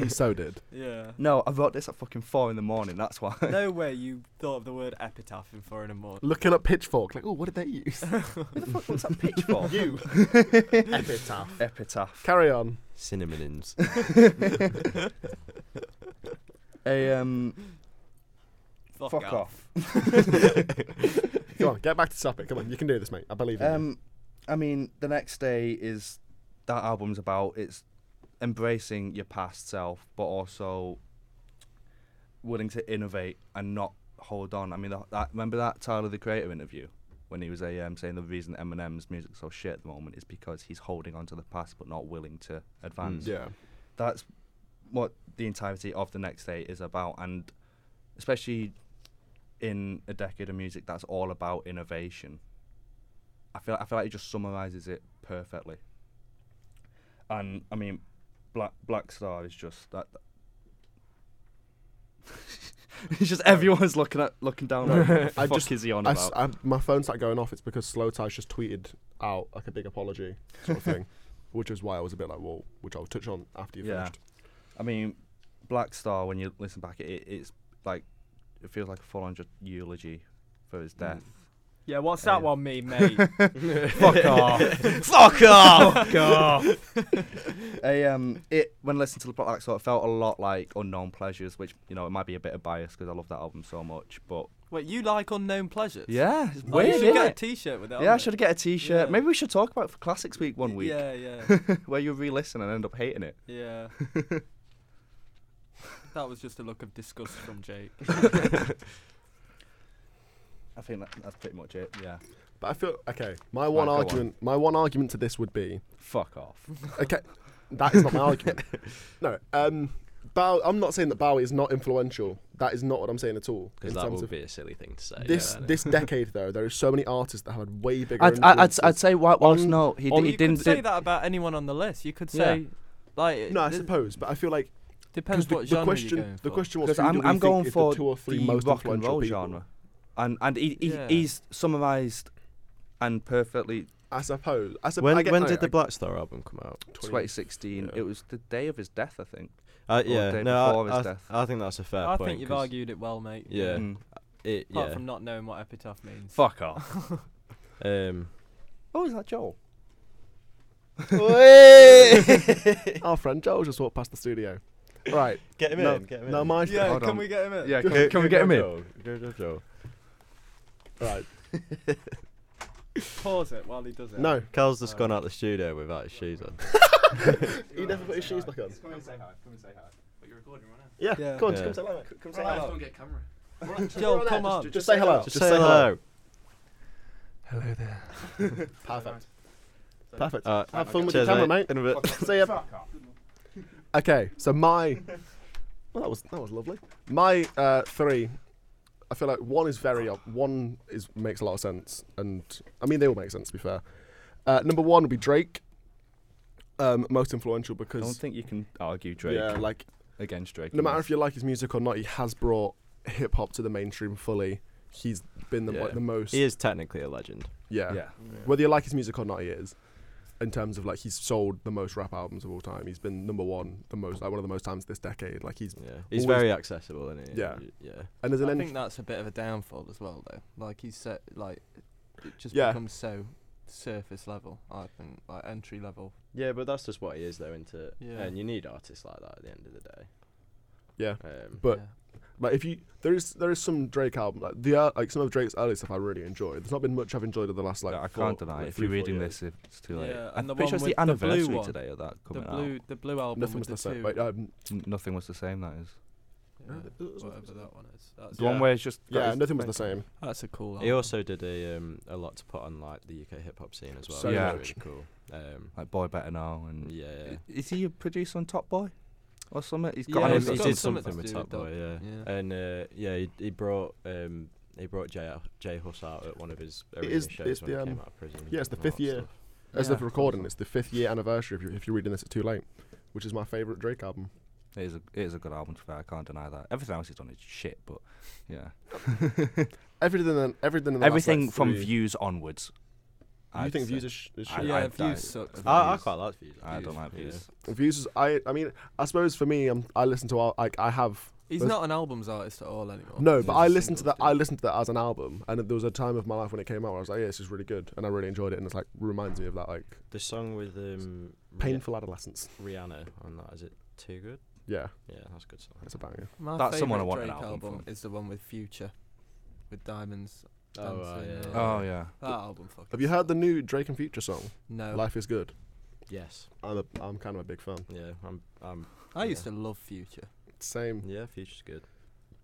B: he so did.
D: Yeah.
E: no. I wrote this at fucking four in the morning. That's why.
D: No way you thought of the word epitaph in foreign and more.
B: Looking up pitchfork, like, oh, what did they use?
E: Who the fuck looks that pitchfork?
B: you. Epitaph.
E: Epitaph.
B: Carry on.
C: Cinnamons.
E: A um.
D: Fuck,
E: Fuck
D: off.
E: off.
B: Come on, get back to topic. Come on, you can do this, mate. I believe in you.
E: Um, I mean, the next day is that album's about. It's embracing your past self, but also willing to innovate and not hold on. I mean, that, that remember that Tyler the Creator interview when he was a, um, saying the reason Eminem's music's so shit at the moment is because he's holding on to the past but not willing to advance.
B: Yeah.
E: that's what the entirety of the next day is about and especially in a decade of music that's all about innovation i feel i feel like it just summarizes it perfectly and I mean, Black Black Star is just that. it's just everyone's looking at looking down. Like, what the
B: Um, I
E: fuck
B: just-
E: is he on
B: I s-
E: about?
B: I- my phone started going off. It's because Slow Tie's just tweeted out like a big apology sort of thing, which is why I was a bit like, whoa, which I'll touch on after you've
E: Yeah.
B: finished.
E: I mean, Black Star. When you listen back, it, it's like it feels like a full-on just eulogy for his death.
F: Yeah, what's
E: Yeah.
F: that one mean, mate?
E: Mm, Fuck off! Fuck off! Fuck off! I, um, it when listening to the Black Star, it felt a lot like Unknown Pleasures, which you know it might be a bit of bias because I love that album so much, but
D: Wait, you like unknown pleasures?
E: yeah, it's
F: oh, you
E: weird.
F: should
E: isn't
F: get a
E: it?
F: T-shirt with that.
E: yeah,
F: on
E: I
F: it.
E: should get a T-shirt.
F: Yeah.
E: Maybe we should talk about it for Classics Week one week,
F: Yeah, yeah,
E: where you re-listen and end up hating it.
F: yeah.
D: That was just a look of disgust from Jake.
E: I think that, that's pretty much it. Yeah.
B: But I feel okay. My one
E: go on.
B: argument, my one argument to this would be,
E: Fuck off.
B: okay, that is not my argument. No, um, Bow. I'm not saying that Bowie is not influential. That is not what I'm saying at all.
C: Because
B: in
C: that
B: terms
C: would
B: of
C: be a silly thing to say.
B: this
C: yeah,
B: this decade, though, there are so many artists that had way bigger.
E: I'd, I- I'd,
B: influences.
E: I'd say White Walsh.
B: On-
E: No, he, d-
B: on-
E: he
D: you
E: didn't
D: could say
E: do.
D: that about anyone on the list. You could
E: Yeah.
D: say, like, it
B: no, I
D: d-
B: suppose, but I feel like
D: depends
B: because the,
D: what
B: the
D: genre
B: question,
D: you're going
B: the
D: for.
B: question was,
E: Because
B: who do
E: I'm,
B: we
E: I'm
B: think
E: going
B: is
E: for
B: the two or three
E: the
B: most
E: rock and
B: influential
E: roll
B: people?
E: genre, and and he, he,
D: Yeah.
E: he's summarised and perfectly.
B: I suppose. I suppose.
C: when
B: I get,
C: when
B: no,
C: did the
B: I-
C: Black Star album come out?
E: 2016.
B: yeah.
E: It was the day of his death, I think.
C: Uh,
E: the
C: yeah, no,
E: day before
C: I, I,
E: his
C: th-
E: death.
C: I think that's a fair
D: I
C: point.
D: think you've
C: 'cause
D: argued it well, mate.
C: Yeah.
E: Mm.
C: It,
D: Apart
C: yeah.
D: from not knowing what epitaph means.
E: Fuck off.
C: um,
E: oh, is that Joel?
B: Our friend Joel just walked past the studio. Right.
C: get him
B: no,
C: in. Get him
B: no,
C: in.
B: my
F: yeah,
E: Hold
F: can
E: on.
F: we get him in?
E: Yeah, can, can we get him in?
C: in?
B: Right.
F: Pause it while he does it.
B: No,
C: Cal's just gone out the studio without his shoes on.
B: he never put his shoes back on.
E: Come and say hi. Come and say hi.
G: But you're recording, right?
B: Yeah,
F: Yeah.
B: come on,
C: Yeah.
B: just come say hello. mate.
E: Come
G: Right, I just don't get camera.
D: Joel, come on.
B: Just say hello.
C: Just, say hello.
B: Perfect. Perfect.
C: Uh,
B: Have fun with your
C: cheers,
B: camera, mate.
C: In a bit.
B: See ya. Okay, so my well, that was that was lovely. My uh, three, I feel like one is very ob- one is makes a lot of sense, and I mean they all make sense to be fair. Uh, number one would be Drake, um, most influential
E: I don't
B: because
E: think you can argue Drake
B: yeah, like
E: against Drake.
B: no matter if you like his music or not, he has brought hip hop to the mainstream fully. He's been the
C: Yeah.
B: like, the most
C: He is technically a legend.
B: yeah.
E: Yeah.
B: whether you like his music or not, he is. In terms of like, he's sold the most rap albums of all time. He's been number one, the most like one of the most times this decade. Like he's
C: Yeah. He's
B: Always-
C: very accessible, isn't he?
B: Yeah.
C: Yeah.
B: And there's an
D: I
B: end.
D: think that's a bit of a downfall as well, though. Like he's set, like it just
B: Yeah.
D: becomes so surface level. I think like entry level.
C: Yeah, but that's just what he is, though. Into
D: Yeah.
C: and you need artists like that at the end of the day.
B: Yeah.
C: Um,
B: But like, if you there is there is some Drake album like the ear- like some of Drake's early stuff I really enjoy. There's not been much I've enjoyed in the last like.
E: I
B: four-
E: can't deny.
B: like,
E: it. if
B: three,
E: you're
B: four
E: reading
B: years.
E: this, it's too late.
D: Yeah, and
E: I'm
D: the
E: pretty sure
D: one
E: it's the
D: with the blue
E: anniversary
D: one.
E: today of that
D: the
E: coming
D: blue, the blue album
B: nothing was
D: with
B: the
D: the,
B: same.
D: two. uh,
B: Wait, um,
E: out. N- Nothing was the same. That is
D: yeah,
B: it was nothing
D: whatever
B: was
D: that one is. That's,
E: the one
B: Yeah.
E: where it's just got
B: yeah,
E: his
B: nothing was the
E: face-
B: same.
D: that's a
B: Oh.
D: cool. Album.
C: he also did a um, a lot to put on like the UK hip hop scene as well.
B: So
C: which
E: Yeah.
C: was really cool. Um,
E: Like Boy Better Now and
C: yeah. yeah.
E: I- Is he a producer on Top Boy or something? He's
D: Yeah,
E: got
C: Um,
E: an
D: he's
C: he
D: got
C: did
D: something
C: something
D: to
C: with
D: do
C: Top
D: with that.
C: Boy, yeah.
D: Yeah.
C: And uh, yeah, he, he brought um, he brought Jay out- Jay Huss out at one of his arena
B: is-
C: shows
B: it's
C: when
B: the,
C: he came
B: um,
C: out of prison.
B: yeah, it's the
C: and all
B: fifth
C: that
B: year.
C: stuff.
B: As
D: Yeah.
B: of recording, it's the fifth year anniversary. If, you, if you're reading this at too late, which is my favorite Drake album.
E: It is a it is a good album. To be fair, I can't deny that. Everything else he's done is shit, but yeah,
B: Everything, then everything, in the last, like,
E: everything from
B: three-
E: Views onwards.
B: You
E: I'd
B: think
E: say.
B: views is, sh- is
E: I-
B: shit?
D: yeah,
E: I-
D: views
E: I-
D: sucked.
C: I, I
E: Views.
C: quite like Views.
E: I don't like
C: yeah.
E: Views.
B: Views is. I. I mean, I suppose for me, I'm, I listen to. all- Like, I have
D: He's
B: There's-
D: not an albums artist at all anymore.
B: No, but
D: He's
B: I
D: a
B: listened to that.
D: singles
B: I
D: dude.
B: listened to that as an album, and there was a time of my life when it came out where I was like, "Yeah, this is really good," and I really enjoyed it, and it's like reminds me of that like
C: The song with um, Rih-
B: painful adolescence.
C: Rihanna on that is it too good?
B: Yeah,
C: Yeah, that's a good song.
B: that's a banger.
D: My
E: That's someone I
D: favourite
E: want an
D: Drake
E: album from.
D: Is the one with Future, with diamonds.
C: Oh,
D: dancing
C: uh, yeah,
D: and all
C: yeah.
D: that.
E: Oh yeah,
D: That album fucking.
B: Have you heard the
D: slaps.
B: new Drake and Future song?
D: No.
B: Life is good.
C: Yes.
B: I'm a, I'm kind of a big fan.
C: Yeah. I'm. I'm.
D: I
C: yeah.
D: used to love Future.
B: Same. Do
C: Yeah, Future's good.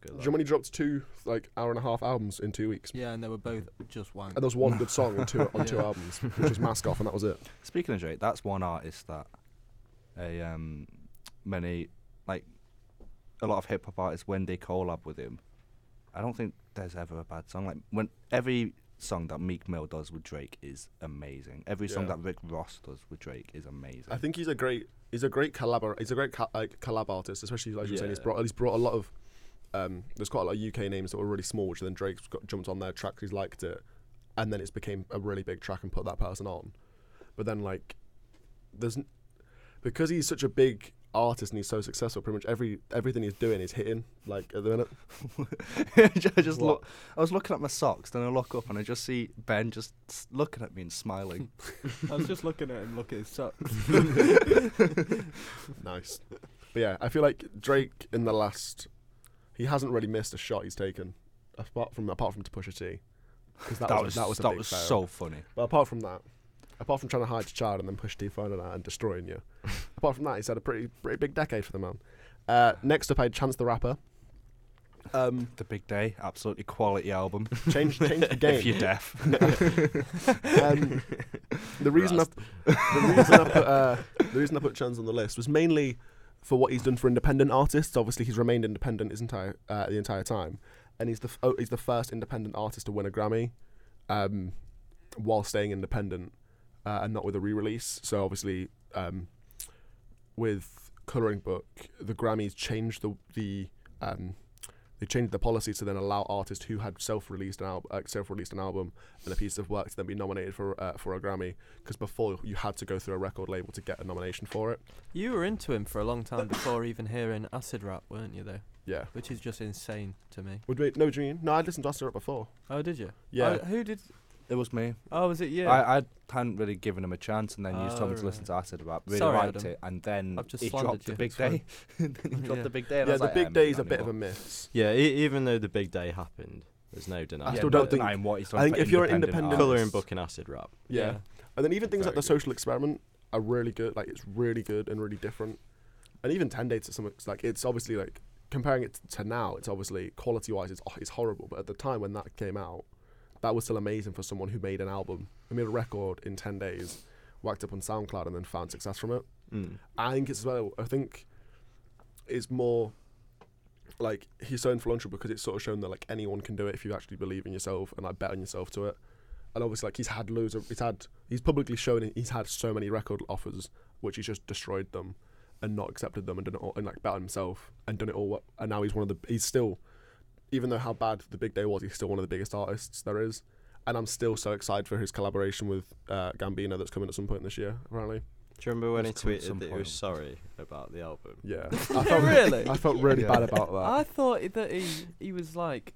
C: Good.
B: you
C: lad.
B: know when he dropped two like hour and a half albums in two weeks?
D: Yeah, and they were both just wank.
B: And there was one good song on two on two
D: Yeah.
B: albums, which was Mask Off, and that was it.
E: Speaking of Drake, that's one artist that a um many like a lot of hip hop artists when they collab with him, I don't think there's ever a bad song. Like when every song that Meek Mill does with Drake is amazing. Every song
B: Yeah.
E: that Rick Ross does with Drake is amazing.
B: I think he's a great he's a great collabor he's a great co- like collab artist, especially like you were saying he's
C: Yeah.
B: brought he's brought a lot of um, there's quite a lot of UK names that were really small, which then Drake's got, jumped on their tracks. He's liked it, and then it's became a really big track and put that person on. But then like there's n- because he's such a big artist and he's so successful, pretty much every everything he's doing is hitting. Like at the minute,
E: I
B: What?
E: just look. I was looking at my socks, then I look up and I just see Ben just s- looking at me and smiling.
F: I was just looking at him, look at his socks.
B: nice. But yeah, I feel like Drake in the last he hasn't really missed a shot he's taken apart from apart from to Pusha T. 'Cause
E: that, was that was,
B: a big fail.
E: so funny.
B: But apart from that, apart from trying to hide your child and then push T finding out and destroying you, apart from that, he's had a pretty pretty big decade for the man. Uh, next up, I had Chance the Rapper. Um,
E: The Big Day, absolutely quality album.
B: change change the
E: if
B: game.
E: you're deaf,
B: Um, the reason I, the reason I put uh, the reason I put Chance on the list was mainly for what he's done for independent artists. Obviously, he's remained independent his entire uh, the entire time, and he's the f- oh, he's the first independent artist to win a Grammy, um, while staying independent uh, and not with a re-release. So obviously, um, with Coloring Book, the Grammys changed the the um, they changed the policy to then allow artists who had self-released an al- uh, self-released an album and a piece of work to then be nominated for uh, for a Grammy because before you had to go through a record label to get a nomination for it.
D: You were into him for a long time before even hearing Acid Rap, weren't you, though?
B: Yeah.
D: Which is just insane to me.
B: Would we, no, do you mean? No, I listened to Astro Up before.
D: Oh, did you?
B: Yeah.
D: Oh, who did.
E: it was me.
D: Oh, was it you?
E: I, I hadn't really given him a chance, and then you just told me to
D: Oh,
E: listen to Acid Rap. Really
D: Sorry,
E: liked
D: Adam.
E: it, and then
D: I've just
E: he
D: slandered
E: dropped
D: you.
E: the Big
D: It's fine.
E: Day. then he dropped
D: Yeah.
E: the Big Day. And I
B: yeah,
E: was
B: the
E: like,
B: Big
E: "Um,
B: Day is a
E: not
B: bit of a
E: anymore."
B: miss.
C: yeah, e- even though the big day happened, there's no denying.
B: I
E: Yeah,
B: still
E: not
B: don't think-
E: denying what he's done
B: I think
E: for
B: if you're an
E: independent
B: independent-
C: Coloring
E: artists.
C: book and acid rap.
B: Yeah. And then even things like
C: Very
B: the
C: good.
B: Social Experiment are really good. Like it's really good and really different. And even Ten Days to some ex- like it's obviously like comparing it to now, it's obviously quality wise it's it's horrible. But at the time when that came out, that was still amazing for someone who made an album, who made a record in ten days, whacked up on SoundCloud and then found success from it.
C: Mm.
B: I think it's well. I think it's more like he's so influential because it's sort of shown that like anyone can do it if you actually believe in yourself and like bet on yourself to it. And obviously, like he's had loads of he's had he's publicly shown he's had so many record offers which he's just destroyed them and not accepted them and done it all and like bet on himself and done it all. wo- And now he's one of the he's still even though how bad the big day was, he's still one of the biggest artists there is. And I'm still so excited for his collaboration with uh, Gambino that's coming at some point this year. Apparently,
C: Do you remember when he
E: It's cool at
C: tweeted
E: some
C: that he
E: point.
C: was sorry about the album?
B: yeah. I
D: Yeah,
B: felt,
D: really?
B: I felt really
E: Yeah.
B: bad about that.
D: I thought i- that he he was like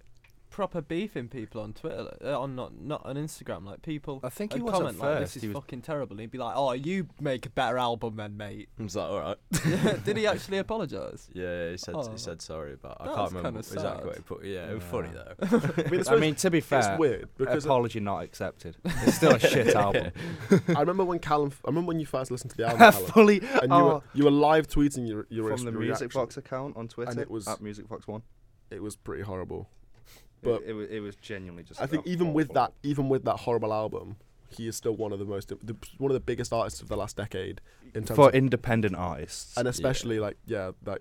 D: proper beefing people on Twitter, uh, on not not on Instagram, like people.
E: I think he
D: would
E: was
D: comment
E: at
D: like,
E: first.
D: "This is
E: he was
D: fucking terrible." And he'd be like, "Oh, you make a better album, then, mate."
C: I was like, all right.
D: Did he actually apologise?
C: Yeah, yeah, he said
D: Oh.
C: he said sorry about. I
D: That
C: can't
D: was
C: remember
D: kinda
C: exactly what he
D: sad.
C: put. Yeah, it was
E: Yeah.
C: funny though.
B: I mean, it's
E: I mean, to be fair,
B: it's weird because
E: apology not accepted. It's still a shit album.
B: I remember when Callum, I remember when you first listened to the album,
E: I
B: Callum,
E: fully
B: and you were
E: oh,
B: you were live tweeting your your
E: from the
B: your
E: Music
B: reaction.
E: Box account on Twitter.
B: And it was-
E: at Music Box One.
B: It was pretty horrible.
E: But
B: But-
E: it, it, was, it was genuinely just.
B: I think even with that, even with that horrible album, he is still one of the most the, one of the biggest artists of the last decade in terms
E: for
B: of,
E: independent artists,
B: and especially like yeah, like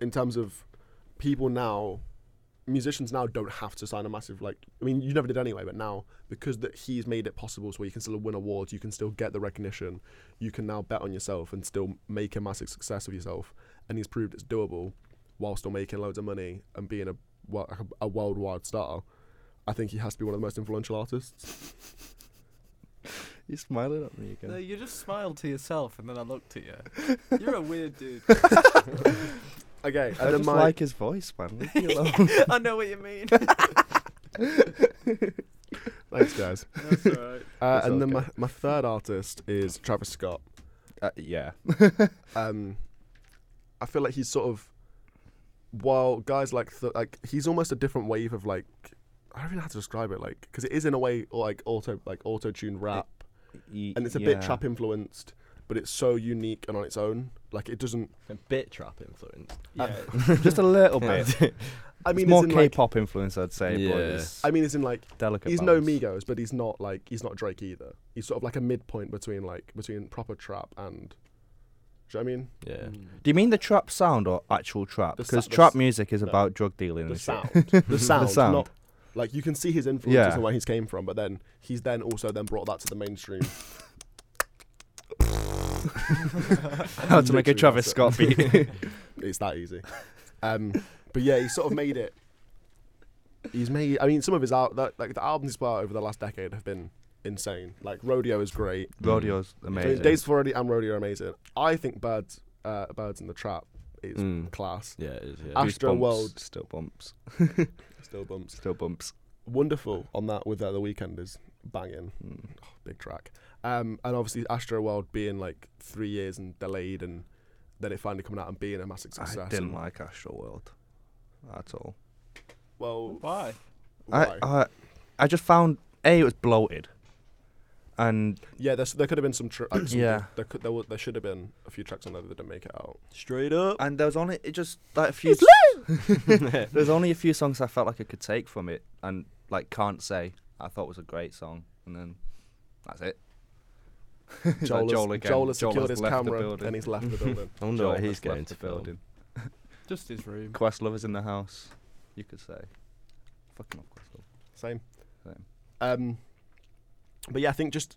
B: in terms of people now. Musicians now don't have to sign a massive like. I mean, you never did anyway, but now because that he's made it possible, so you can still win awards, you can still get the recognition, you can now bet on yourself and still make a massive success of yourself. and he's proved it's doable while still making loads of money and being a wo- a worldwide star. I think he has to be one of the most influential artists.
E: you're smiling at me
D: No,
E: again.
D: you just smiled to yourself, and then I looked at you.
F: You're a weird dude.
B: Okay,
E: I
B: and then
E: just
B: my
E: like his voice, man. Leave me alone.
D: I know what you mean.
B: thanks guys.
F: That's alright.
B: Uh,
E: It's
B: and then my,
E: okay.
B: my third artist is Travis Scott.
E: uh, yeah,
B: Um, I feel like he's sort of while guys like th- like he's almost a different wave of like I don't even know how to describe it like because it is in a way like auto like auto tuned rap. and it's a bit trap influenced, but it's so unique and on its own. Like it doesn't.
C: a bit trap influence.
F: Yeah.
E: just a little bit.
B: I mean,
E: it's more
B: as in, like-
E: K-pop influence, I'd say.
C: Yeah.
E: But it's
B: I mean, it's in like
E: delicate.
B: he's
E: balance.
B: no Migos, but he's not like he's not Drake either. He's sort of like a midpoint between like between proper trap and. Do you know what I mean?
C: Yeah.
E: Do you mean the trap sound or actual trap?
B: The sa-
E: Because
B: the
E: trap
B: s-
E: music is
B: no.
E: about drug dealing
B: The
E: and shit.
B: sound, the sound,
E: sound.
B: not Like you can see his influences
E: Yeah.
B: and where he's came from, but then he's then also then brought that to the mainstream.
E: How to make a
B: Literally,
E: Travis
B: that's it.
E: Scott beat.
B: It's that easy. Um, but yeah, he sort of made it. He's made. I mean, some of his out that, like the albums he's put out over the last decade have been insane. Like Rodeo is great.
E: Rodeo's
B: I mean,
E: amazing.
B: Days Before Rodeo and Rodeo are amazing. I think Birds, uh, Birds in the Trap is
C: Mm.
B: class.
C: Yeah, it is, yeah.
B: Ash- Astro
E: Goosebumps,
B: World.
E: Still bumps.
B: Still bumps.
E: Still bumps.
B: Wonderful on that with uh, the weekend is banging.
E: Mm.
B: big track. Um, and obviously Astro World being like three years and delayed, and then it finally coming out and being a massive success.
E: I didn't
B: and-
E: like Astral World at all.
B: Well,
D: Why?
B: why?
E: I, I I just found a it was bloated, and
B: yeah, there's, there could have been some. Tr- like some
E: Yeah.
B: there could there, wa- there should have been a few tracks on there that didn't make it out.
C: Straight up.
E: and there was only it just like a few. There's only a few songs I felt like I could take from it, and like can't say I thought was a great song, and then that's it. It's
B: Joel,
E: like Joel
B: has,
E: again.
B: Joel has
E: Joel
B: secured
E: has
B: his
E: left the
B: camera
E: building.
B: and he's left the building.
C: I wonder
E: Joel
C: what he's
E: has
C: going
E: left
C: to
E: the building.
C: building.
D: Just his room.
E: Quest lovers in the house, you could say. Fucking off Questlove.
B: Same.
E: Same.
B: Um, but yeah, I think just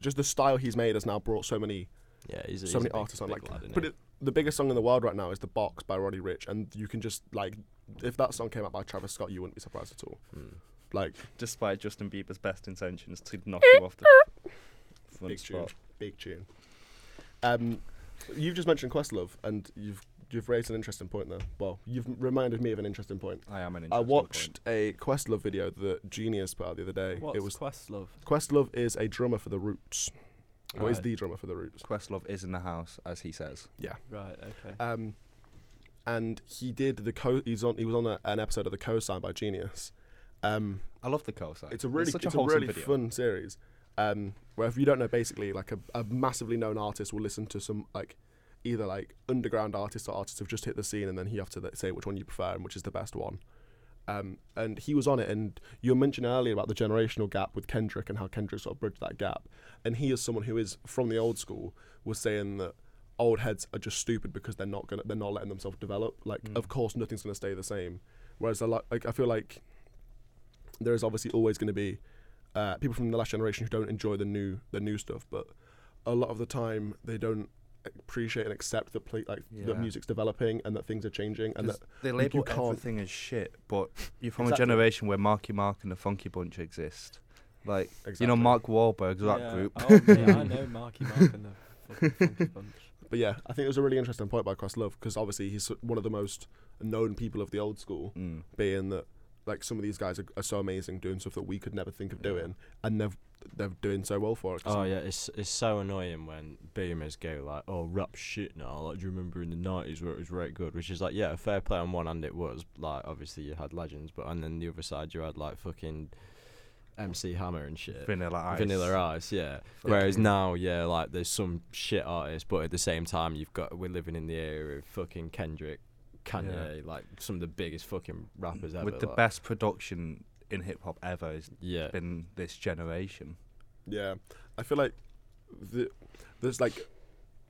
B: just the style he's made has now brought so many
C: Yeah, he's a,
B: so
C: he's
B: many
C: a big,
B: artists on
C: big
B: like
C: lad, isn't
B: but
C: he?
B: it, the biggest song in the world right now is the box by roddy rich and you can just like if that song came out by travis scott you wouldn't be surprised at all
C: Mm.
B: like
E: Despite Justin Bieber's best intentions to knock you off the front
B: big tune
E: spot.
B: big tune um you've just mentioned questlove and you've you've raised an interesting point there well you've reminded me of an interesting point
E: I am an.
B: i
E: interesting
B: watched a questlove video that genius put out the other day
D: What's
B: it was
D: Questlove?
B: questlove is a drummer for the roots What is
D: Right.
B: the drummer for the roots
E: point. Questlove is in the house, as he says.
D: Right. Okay.
B: Um, and he did the co. He's on. He was on a, an episode of the Cosine by Genius. Um,
E: I love the cosign.
B: it's a really,
E: such
B: it's
E: a,
B: a, really
E: video.
B: fun series. Um, where if you don't know, basically, like a, a massively known artist will listen to some like either like underground artists or artists who've just hit the scene, and then you have to like, say which one you prefer and which is the best one. Um, and he was on it, and you were mentioning earlier about the generational gap with Kendrick and how Kendrick sort of bridged that gap. And he, as someone who is from the old school, was saying that old heads are just stupid because they're not gonna they're not letting themselves develop. Like, of course, nothing's gonna stay the same. Whereas, I like, like I feel like there is obviously always going to be uh, people from the last generation who don't enjoy the new the new stuff, but a lot of the time they don't appreciate and accept that play, like that
E: Yeah.
B: music's developing and that things are changing and that
E: Just- They
B: like, you
E: label
B: can't-
E: everything as shit, but you're from
B: Exactly.
E: a generation where Marky Mark and the Funky Bunch exist. Like
B: exactly.
E: you know, Mark Wahlberg's that
D: Yeah,
E: group.
D: Oh, mate, I know Marky Mark and the fucking Funky Bunch.
B: But yeah, I think it was a really interesting point by Questlove because obviously he's one of the most known people of the old school,
E: Mm.
B: being that like some of these guys are, are so amazing doing stuff that we could never think of
E: Yeah.
B: doing, and they've they're doing so well for it. 'cause
C: Oh yeah, it's it's so annoying when boomers go like, "Oh, rap shit now." Like, do you remember in the nineties where it was right good? Which is like, yeah, fair play on one hand, it was like obviously you had legends, but and then the other side you had like fucking MC Hammer and shit,
E: Vanilla Ice.
C: Vanilla Ice, yeah. Whereas now, yeah, like there's some shit artists, but at the same time, you've got we're living in the era of fucking Kendrick, Kanye, like some of the biggest fucking rappers ever.
E: with the
C: like-
E: best production in hip hop ever has
C: yeah,
E: been this generation.
B: Yeah, I feel like the, there's like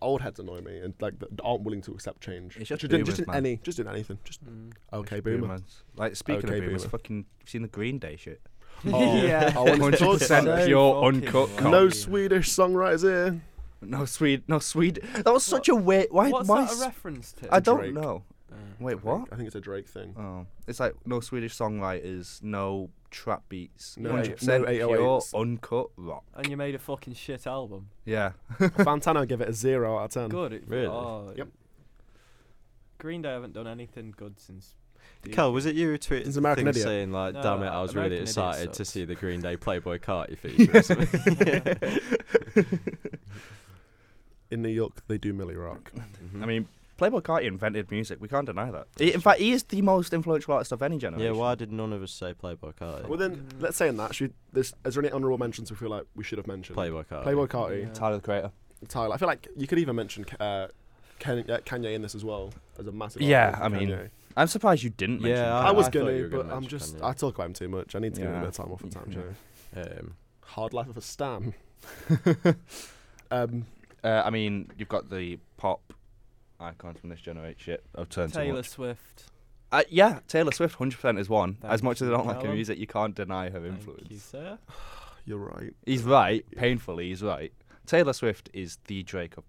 B: old heads annoy me and like that aren't willing to accept change.
E: It's just
B: Ju- ju-
E: boomers,
B: in
E: man.
B: any, just in anything. Just
D: Mm.
B: okay,
E: Just
B: boomer.
E: boomers. Like speaking
B: Okay,
E: of boomers,
B: boomer.
E: fucking you've seen the Green Day shit.
B: Oh,
F: Yeah.
B: I wanted to talk about
E: 100%
B: that.
E: pure,
F: fucking
E: uncut.
F: right.
E: Can't
B: No
E: be.
B: Swedish songwriters here.
E: No Swede, no Swede. That was such a weird. Why?
D: What's
E: why?
D: that
E: s-
D: a reference to?
E: I don't
B: Drake.
E: know.
D: Uh,
E: Wait,
B: I
E: what?
B: think, I think it's a Drake thing.
E: Oh, it's like no Swedish songwriters, no trap beats,
B: No eight-
E: 100%
B: no
E: pure
B: 808s.
E: uncut rock.
D: and you made a fucking shit album.
E: Yeah,
B: Fantano give it a zero out of ten.
D: Good. It,
C: Really?
D: Oh,
B: Yep.
D: Green Day haven't done anything good since. Dude.
C: Cal, was it you who tweeted
B: It's
C: the
B: American
C: thing
B: Idiot.
C: saying like,
D: No,
C: "Damn it, I was
D: American
C: really
D: Idiot
C: excited to
D: sucks.
C: see the Green Day Playboy Carti feature." or something."
B: In New York, they do Millie Rock.
E: I mean, Playboy Carti invented music. We can't deny that. He- in fact, he is the most influential artist of any
C: yeah,
E: generation.
C: why did none of us say Playboy Carti?
B: well, then let's say in that, should, there's, is there any honourable mentions we feel like we should have mentioned?
C: Playboy Carti.
B: Playboy Carti,
D: Yeah.
E: Tyler the Creator.
B: Tyler. I feel like you could even mention uh, Ken, uh, Kanye in this as well as a massive.
E: Yeah,
B: artist,
E: I mean,
B: Kanye.
E: I'm surprised you didn't. Mention
C: Yeah,
E: Tyler.
B: I was
C: I thought you
B: gonna,
C: were
B: but
C: gonna
B: I'm
C: mention
B: just
C: Kanye.
B: I talk about him too much. I need to give him a
E: Yeah.
B: bit of time off the time,
E: Yeah.
B: Joe.
C: Um,
B: Hard life of a stan. um,
E: Uh, I mean, you've got the pop icons from this generation. I've turned
D: Taylor
E: to
D: Swift.
E: Uh, yeah, Taylor Swift, hundred percent is one. as
D: Thank
E: much as I
D: you,
E: don't like her
D: Callum.
E: music, you can't deny her
D: Thank
E: influence.
D: you, sir.
B: You're right.
E: He's right, painfully, he's right. Taylor Swift is the Drake of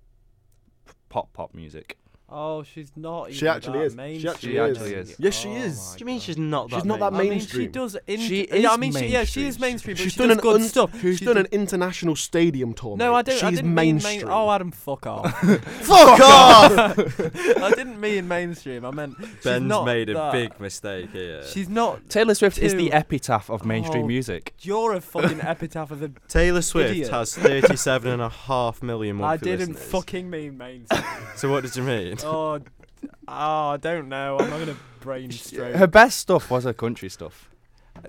E: p- pop pop music.
D: Oh, she's not.
B: She
D: even
B: actually
D: that
B: is. She
D: mainstream.
B: actually
E: She actually is. is.
B: Yes, she
D: Oh
B: is.
D: my
C: Do you mean
D: God.
C: she's not that?
B: She's not that
D: I mean, she
B: mainstream.
D: does. In-
E: She
D: yeah, I
E: is
D: mean, she, yeah, she is
E: mainstream.
D: mainstream, but
B: She's
D: she
B: done
D: does
B: an
D: good
B: uns-
D: stuff.
B: She's
D: She
B: done
D: does-
B: an international stadium tour.
D: No,
B: mate.
D: I don't.
B: She's
D: I didn't
B: mainstream.
D: mean main- Oh, Adam, fuck off.
B: Fuck off!
D: I didn't mean mainstream. I meant she's
C: Ben's
D: not
C: made a
D: that.
C: big mistake here.
D: She's not.
E: Taylor Swift is the
D: Two.
E: epitaph of mainstream
D: Oh.
E: music.
D: You're a fucking epitaph of the.
C: Taylor Swift
D: Idiot.
C: has 37 and a half million
D: I
C: monthly
D: didn't
C: listeners.
D: fucking mean mainstream.
C: So what did you mean?
D: oh, d- oh, I don't know. I'm not gonna brain stroke.
E: Her best stuff was her country stuff.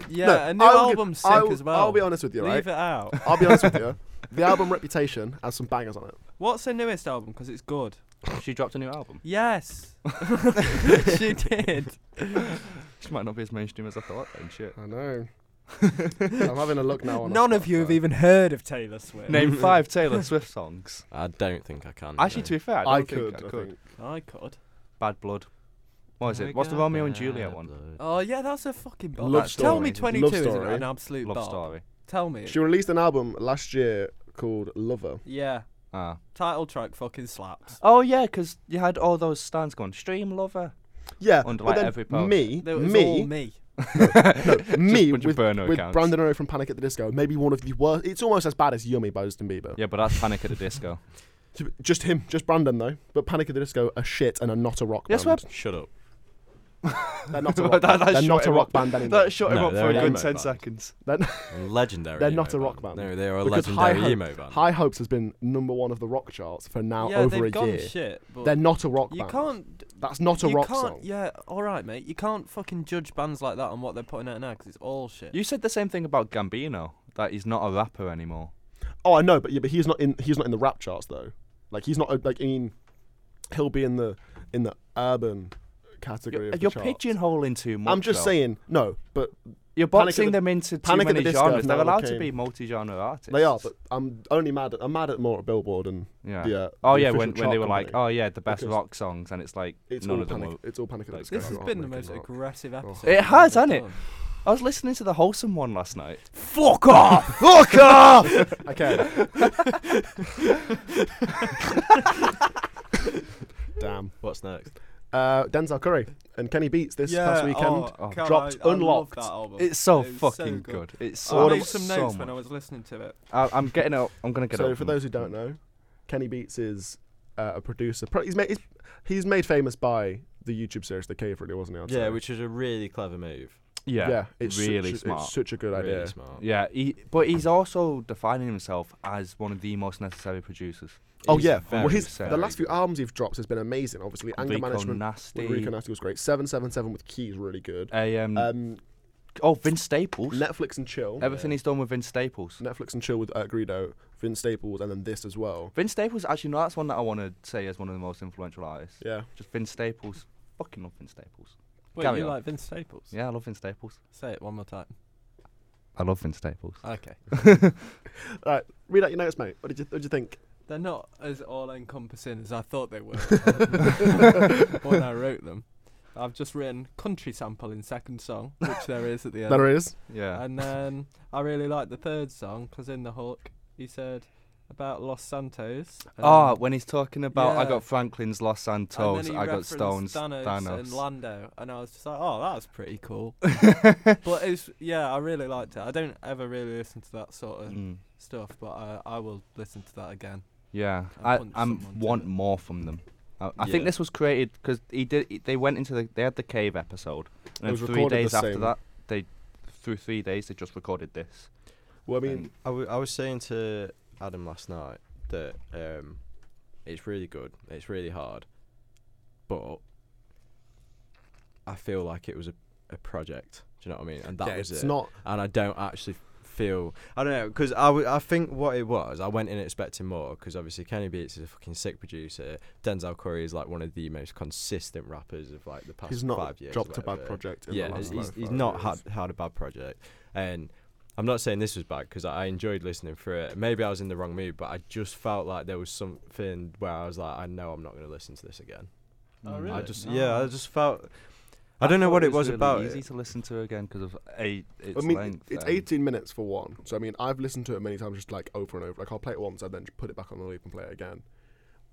D: yeah,
B: No,
D: a new
B: I'll gi-
D: album's sick
B: I'll-
D: as well.
B: I'll be honest with you, right?
D: Leave it out.
B: I'll be honest with you. The album Reputation has some bangers on it.
D: What's her newest album? Because it's good.
E: she dropped a new album.
D: Yes, she did.
E: She might not be as mainstream as I thought then, shit.
B: I know. I'm having a look now. On
D: None of you have
B: Spotify.
D: even heard of Taylor Swift.
E: Name five Taylor Swift songs.
C: I don't think I can.
E: Actually,
C: no.
E: to be fair, I, don't
B: I
E: think
B: could.
E: I could.
D: I could.
E: Bad Blood. What is it? What's the
C: Like a
E: Romeo and Juliet
C: bad
E: one?
C: blood.
D: Oh yeah, that's a fucking bop.
B: Love
D: Tell me,
E: Story.
D: 22
B: Love
D: is
B: Story.
D: an absolute
E: Love
D: bop.
E: Story.
D: Tell me.
B: She released an album last year called Lover.
D: Yeah,
E: Ah.
D: title track fucking slaps.
E: Oh yeah, 'cause you had all those stands going stream lover.
B: Yeah,
E: Under,
B: but
E: like,
B: then
E: every post.
B: me,
D: There was all
B: me,
D: me.
B: no, me
E: bunch of
B: with,
E: burner
B: with
E: accounts.
B: Brandon Urie from Panic at the Disco. Maybe one of the worst. It's almost as bad as Yummy by Justin Bieber.
E: Yeah, but that's Panic at the Disco.
B: Just him, just Brandon though. But Panic at the Disco are shit and are not a rock
E: Yes,
B: band.
C: Shut up.
B: They're not a
E: That-
B: rock.
E: that
B: band. They're
E: shut
B: not a
E: him
B: rock
E: up.
B: band anymore.
E: That shut him
C: No,
E: up
C: they're
E: for a
C: an
E: good
C: emo
E: ten
C: band.
E: seconds.
C: Legendary.
B: They're
C: emo
B: not a rock band.
C: No, they're a
B: Because High
C: legendary
B: Hope-
C: emo band.
B: High Hopes has been number one of the rock charts for now
D: yeah,
B: over
D: they've
B: a
D: gone
B: year.
D: shit. But
B: They're not a rock
D: you
B: band.
D: can't.
B: That's not a
D: you
B: rock
D: can't,
B: song.
D: Yeah, all right, mate. You can't fucking judge bands like that on what they're putting out now because it's all shit.
E: You said the same thing about Gambino. That he's not a rapper anymore.
B: Oh, I know, but yeah, but he's not in. He's not in the rap charts though. Like he's not uh, like I mean, he'll be in the in the urban category.
E: You're,
B: of the
E: you're
B: charts.
E: pigeonholing too much.
B: I'm just
E: though.
B: saying no, but
E: You're
B: Panic at
E: boxing
B: the-
E: them into too
B: Panic at the
E: many
B: Disco
E: genres.
B: have
E: They're
B: now
E: allowed to
B: became-
E: be multi-genre artists.
B: they are. But I'm only mad at I'm mad at more at Billboard and
E: yeah.
B: the. Uh,
E: Oh
B: the
E: yeah,
B: official
E: when, when
B: chart
E: they were like,
B: company.
E: oh yeah, the best
B: Because
E: rock songs, and it's like
B: it's
E: none
B: all
E: of them.
B: panic.
E: Were.
B: It's all panic. at the Disco.
D: this has
B: Rock,
D: been the
B: rock,
D: most
B: rock.
D: aggressive
E: Oh.
D: episode.
E: It
D: we've
E: has,
D: ever
E: hasn't it?
D: done.
E: I was listening to the wholesome one last night.
D: Fuck off!
E: Fuck off!
B: Okay. Damn.
C: What's next?
B: Uh, Denzel Curry and Kenny Beats this past weekend.
E: oh,
D: Cal,
B: dropped
D: I, I
B: Unlocked.
D: Love that album.
E: It's so
D: It was
E: fucking good.
D: good.
E: It's
D: I
E: so.
D: made some
E: so
D: notes when I
E: much.
D: was listening to it.
E: I, I'm getting up. I'm gonna get
B: So
E: up.
B: for those who don't know, Kenny Beats is uh, a producer. Pro- he's made he's, he's made famous by the YouTube series The Cave, really, wasn't he? I'd
C: Yeah,
B: say.
C: which is a really clever move.
E: yeah,
B: yeah, it's
E: really
B: such, a-
E: smart.
B: It's such a good
C: really
B: idea.
C: smart.
E: Yeah, he, but he's also defining himself as one of the most necessary producers.
B: Oh
E: He's
B: yeah,
E: very
B: well his
E: sad.
B: the last few albums he's dropped has been amazing. Obviously, Anger
E: Rico
B: Management
E: Nasty.
B: with Rico Nasty was great. Seven Seven Seven with Key is really good.
E: a, um,
B: Um,
E: oh, Vince Staples.
B: Netflix and Chill.
E: Everything
B: Yeah.
E: he's done with Vince Staples.
B: Netflix and Chill with uh, Greedo, Vince Staples, and then this as well.
E: Vince Staples, actually, no, that's one that I want to say is one of the most influential artists.
B: Yeah,
E: Just Vince Staples. Fucking love Vince Staples.
D: Wait,
E: Carry
D: you
E: on.
D: like Vince Staples?
E: Yeah, I love Vince Staples.
D: Say it one more time.
E: I love Vince Staples.
D: Okay.
B: read out your notes, mate. What did you What did you think?
D: They're not as all encompassing as I thought they were when I wrote them. I've just written country sample in second song, which there is at the end.
B: There is.
E: Yeah.
D: And then I really liked the third song because in The Hulk he said about Los Santos. Um, and
E: Ah,
D: then-
E: when he's talking about I
D: yeah.
E: got Franklin's Los
D: and then
E: Santos,
D: he
E: I got
D: referenced
E: Stones,
D: Thanos, and Lando, and I was just like, "Oh, that's pretty cool." but it's yeah, I really liked it. I don't ever really listen to that sort of
E: Mm.
D: stuff, but I, I will listen to that again.
E: Yeah,
D: and
E: I
D: punch
E: I'm
D: someone to
E: want
D: it.
E: more from them. I, I think
C: Yeah.
E: this was created because he did. he- They went into the. They had the cave episode, and then
B: was
E: three
B: recorded the
E: days after
B: same.
E: that, they through three days they just recorded this.
B: Well, I mean,
E: And
C: I, w- I was saying to Adam last night that um, it's really good, it's really hard, but I feel like it was a, a project. Do you know what I mean? And that
B: yeah,
C: was
B: it's
C: it.
B: not.
C: and I don't actually feel I don't know because I, w- I think what it was I went in expecting more because obviously Kenny Beats is a fucking sick producer. Denzel Curry is like one of the most consistent rappers of like the past
B: He's not
C: five years. or
B: dropped a bad
C: whatever
B: project. In
C: yeah,
B: the last
C: he's,
B: like,
C: he's
B: five
C: not
B: years.
C: had, had a bad project. And I'm not saying this was bad because I, I enjoyed listening for it. Maybe I was in the wrong mood, but I just felt like there was something where Mm. I was like, I know I'm not going to listen to this again.
D: Oh,
C: I
D: really?
C: just
D: Oh.
C: yeah, I just felt I don't know
E: thought
C: what it was
E: really
C: about
E: Easy
C: it.
E: to listen to again because of a its
B: I mean,
E: length.
B: it's
E: and-
B: 18 minutes for one. So, I mean, I've listened to it many times, just like over and over. Like, I'll play it once and then just put it back on the loop and play it again.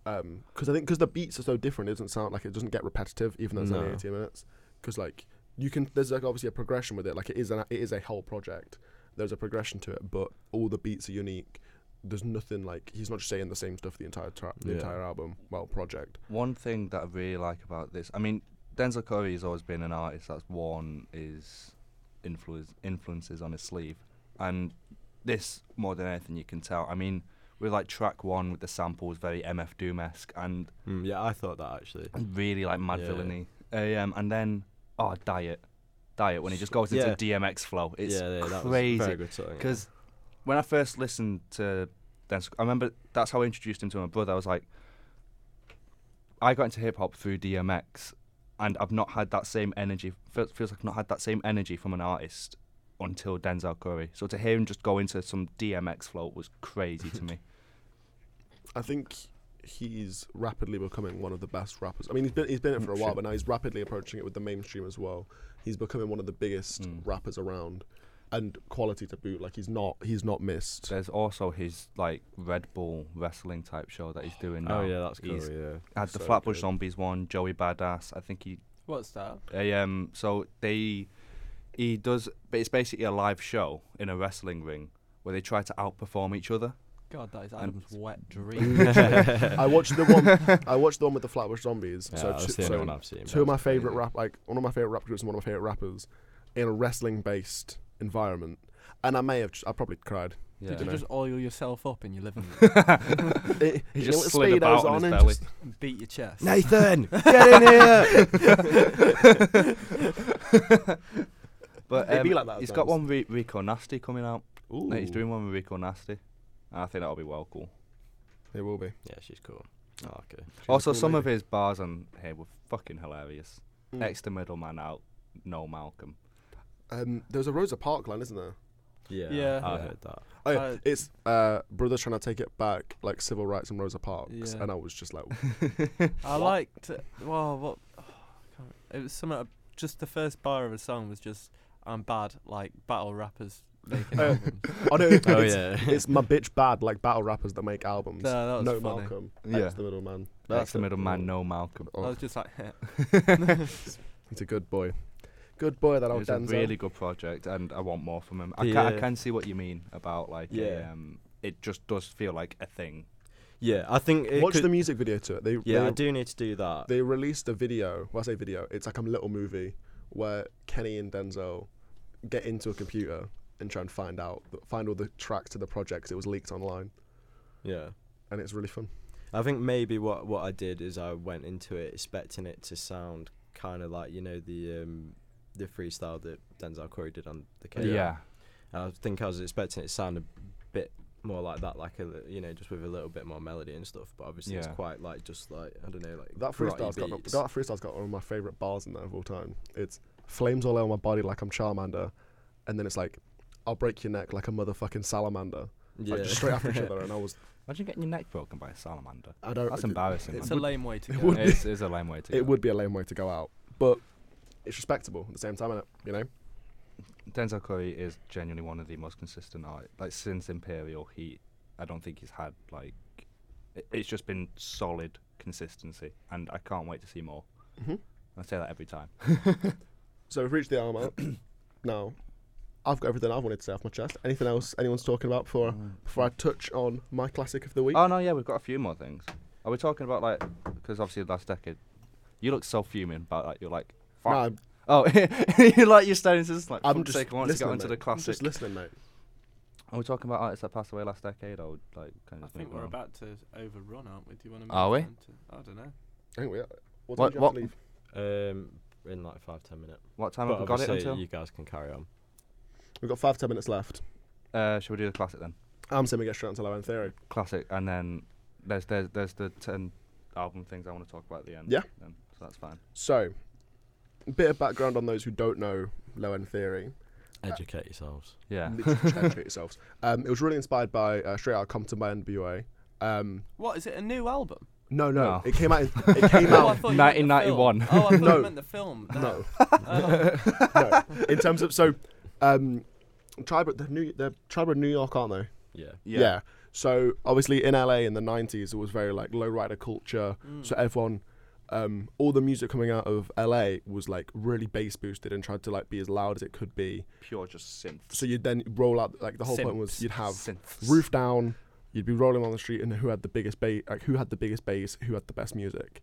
B: Because I think because the beats are so different, it doesn't sound like it doesn't get repetitive, even though it's only
C: No.
B: 18 minutes. Because like you can, there's like obviously a progression with it. Like it is an it is a whole project. There's a progression to it, but all the beats are unique. There's nothing like he's not just saying the same stuff the entire tra- the
C: Yeah.
B: entire album. Well, project.
E: One thing that I really like about this, I mean, Denzel Curry has always been an artist. That's one is influence influences on his sleeve, and this more than anything you can tell. I mean, with like track one with the samples, very MF Doom esque and
C: Mm, yeah, I thought that actually.
E: and really like mad
C: Yeah.
E: villainy. Um, and then oh, diet, diet when he just goes
C: Yeah.
E: into DMX flow. It's
C: yeah, yeah, that
E: crazy.
C: Was a very good song. yeah.
E: Because when I first listened to Denzel, I remember that's how I introduced him to my brother. I was like, I got into hip hop through DMX, and I've not had that same energy. Feels, feels like I've not had that same energy from an artist until Denzel Curry. So to hear him just go into some DMX flow was crazy to me.
B: I think he's rapidly becoming one of the best rappers. I mean, he's been he's been it for a while, but now he's rapidly approaching it with the mainstream as well. He's becoming one of the biggest
C: Hmm.
E: Mm.
B: rappers around, and quality to boot. Like he's not he's not missed.
E: There's also his like Red Bull wrestling type show that he's doing now.
C: oh yeah, that's cool.
E: He's
C: Yeah.
E: had the
B: so
E: Flatbush
B: good.
E: Zombies one, Joey Badass. I think he
F: What's that?
E: They, um, so they, he does, but it's basically a live show in a wrestling ring where they try to outperform each other.
F: God, that is
E: And-
F: Adam's wet dream.
B: I watched the one I watched the one with the Flatbush Zombies.
C: Yeah,
B: so
C: that's
B: two,
C: the only
B: so
C: one I've seen.
B: two of
C: but
B: my
C: that's crazy.
B: favorite rap like one of my favorite rap groups and one of my favorite rappers in a wrestling based environment. And I may have, just, I probably cried.
E: Yeah.
B: Did
F: you
B: know.
F: just oil yourself up in your living room
E: he
B: It- you know,
E: just
B: with
E: slid
B: Speedos
E: about on his
B: and
E: belly.
B: just-
F: and beat your chest?
C: Nathan, get in here.
E: but
B: It'd
E: um,
B: be like that at
E: he's got
B: times.
E: one with Rico Nasty coming out.
B: Ooh,
E: He's doing one with Rico Nasty. And I think that'll be well cool.
B: It will be.
C: Yeah, she's cool. Oh, okay.
B: She's a
E: also,
B: cool
E: some
B: lady.
E: of his bars on here were fucking hilarious.
B: Mm.
E: Next to middleman out, no Malcolm.
B: Um, there's a Rosa Parks line, isn't there?
C: Yeah,
F: Yeah.
C: I
F: Yeah.
C: heard that.
B: Oh, yeah.
F: Uh,
B: it's uh, brothers trying to take it back, like civil rights and Rosa Parks,
F: Yeah.
B: and I was just like,
D: I liked. Well, what? Oh, I can't- it was some. Just the first bar of a song was just "I'm bad," like battle rappers making
B: Oh.
D: albums.
B: oh no,
C: Oh
B: it's,
C: yeah.
B: it's my bitch bad, like battle rappers that make albums.
D: No, that was
B: no,
D: funny.
B: Malcolm,
E: Yeah.
B: that's the middle man.
E: Next to
B: it.
E: middleman, no Malcolm.
B: Oh,
D: I was just like, eh.
B: he's a good boy, good boy. That
E: It
B: old
E: was a
B: Denzel.
E: really good project, and I want more from him. I,
C: The,
E: can, I
C: uh,
E: can see what you mean about like, a,
C: Yeah.
E: um, it just does feel like a thing.
C: yeah, I think. It
B: Watch
C: could,
B: the music video to it. They
C: Yeah,
B: they,
C: I do need to do that.
B: they released a video. Well, I say video. It's like a little movie where Kenny and Denzel get into a computer and try and find out, find all the tracks to the projects. It was leaked online,
C: yeah.
B: and it's really fun.
C: I think maybe what what I did is I went into it expecting it to sound kind of like you know the um, the freestyle that Denzel Curry did on the K. And I think I was expecting it to sound a bit more like that, like a li- you know just with a little bit more melody and stuff. But obviously it's
E: Yeah.
C: quite like just like I don't know like
B: That
C: karate
B: freestyle's got
C: beats.
B: that freestyle's got one of my favorite bars in there of all time. It's flames all over my body like I'm Charmander, and then it's like I'll break your neck like a motherfucking salamander.
C: yeah.
B: Like just straight after each other, and I was
E: Imagine getting your neck broken by a salamander.
B: I don't.
E: That's
B: it-
E: embarrassing.
F: it's a
E: man.
F: lame way to
B: it
F: go.
B: would-
E: it's, it's a lame way to
B: It
E: go.
B: would be a lame way to go out, but it's respectable at the same time, innit? You know.
E: Denzel Curry is genuinely one of the most consistent art. Like since Imperial, he, I don't think he's had like, it, it's just been solid consistency, and I can't wait to see more.
B: Mhm.
E: I say that every time.
B: So we've reached the arm out. now, I've got everything I wanted to say off my chest. Anything else anyone's talking about before before I touch on my classic of the week?
E: Mm. Oh no, yeah, we've got a few more things. Are we talking about like? Because obviously the last decade, you look so fuming about that. You're like,
B: no,
E: fuck.
B: I'm,
E: Oh, you like you're staring into this like.
B: I'm
E: fuck's
B: just
E: sake, I want to get
B: listening,
E: onto
B: mate.
E: the
B: I'm just
E: classic.
B: listening, mate.
E: Are we talking about artists that passed away last decade or like kind
D: I
E: of?
D: think
E: moving
D: we're
E: on?
D: about to overrun, aren't we? Do you want to?
E: Are we?
D: I don't know.
B: I think we are. What, time do you have
E: What-
B: to
E: what-
B: leave?
C: um, in like five ten minutes.
E: What time
C: but
E: have we got it
C: obviously
E: until?
C: you guys can carry on.
B: We've got five, ten minutes left.
E: Uh, should we do the classic then?
B: I'm saying we get straight onto low end theory.
E: Classic, and then there's there's there's the ten album things I want to talk about at the end.
B: Yeah.
E: Then, so that's fine.
B: So, a bit of background on those who don't know low end theory.
C: Educate yourselves.
E: Yeah.
B: Literally just educate yourselves. Um, it was really inspired by uh, Straight Outta Compton by NWA. Um,
D: What is it? A new album? Oh,
B: No, no,
E: No.
B: it came out. In, it came out.
F: thought you meant the film.
E: 1991.
F: Oh, I thought
B: No.
F: you meant the film.
B: no,
F: Oh.
B: no. In terms of so, um, tribe the New the tribe of New York, aren't they?
C: Yeah.
B: Yeah. So obviously in LA in the '90s, it was very like low rider culture. So everyone, um, all the music coming out of LA was like really bass boosted and tried to like be as loud as it could be.
E: Pure just synth.
B: So you'd then roll out like the whole point was
E: Synths.
B: you'd have
E: Synths.
B: roof down, you'd be rolling on the street, and who had the biggest bass, like who had the biggest bass, who had the best music.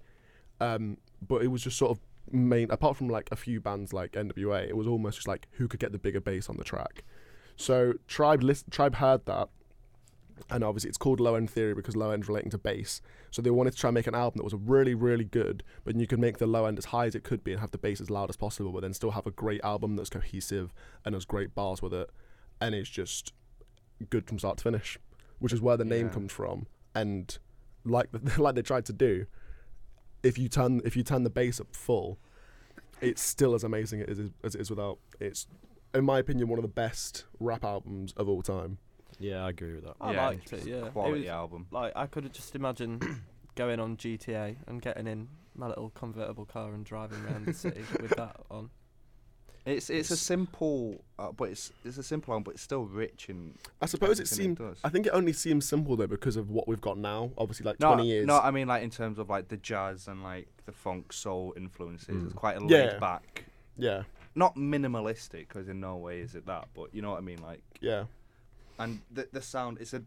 B: Um, but it was just sort of main apart from like a few bands like NWA, it was almost just like who could get the bigger bass on the track. So Tribe list Tribe heard that, and obviously it's called Low End Theory because low end relating to bass. So they wanted to try and make an album that was really really good, but you could make the low end as high as it could be and have the bass as loud as possible, but then still have a great album that's cohesive and has great bars with it, and it's just good from start to finish, which is where the name
E: Yeah.
B: comes from. And like the, like they tried to do, if you turn if you turn the bass up full, it's still as amazing as it is, as it is without. It's in my opinion one of the best rap albums of all time.
C: Yeah, I agree with that.
D: I
E: yeah,
D: liked
E: it's
D: it, yeah. It
E: Quality
D: was-
E: album.
D: Like I could just imagine going on GTA and getting in my little convertible car and driving around the city with that on.
E: It's it's a simple, uh, but it's it's a simple album, but it's still rich and.
B: I suppose it
E: everything
B: seemed.
E: does.
B: I think it only seems simple though because of what we've got now. Obviously, like
E: No,
B: twenty years.
E: no, I mean like in terms of like the jazz and like the funk soul influences. It's
C: Mm.
E: quite a
B: Yeah.
E: laid back,
B: yeah,
E: not minimalistic because in no way is it that, but you know what I mean. Like
B: yeah,
E: and the the sound it's a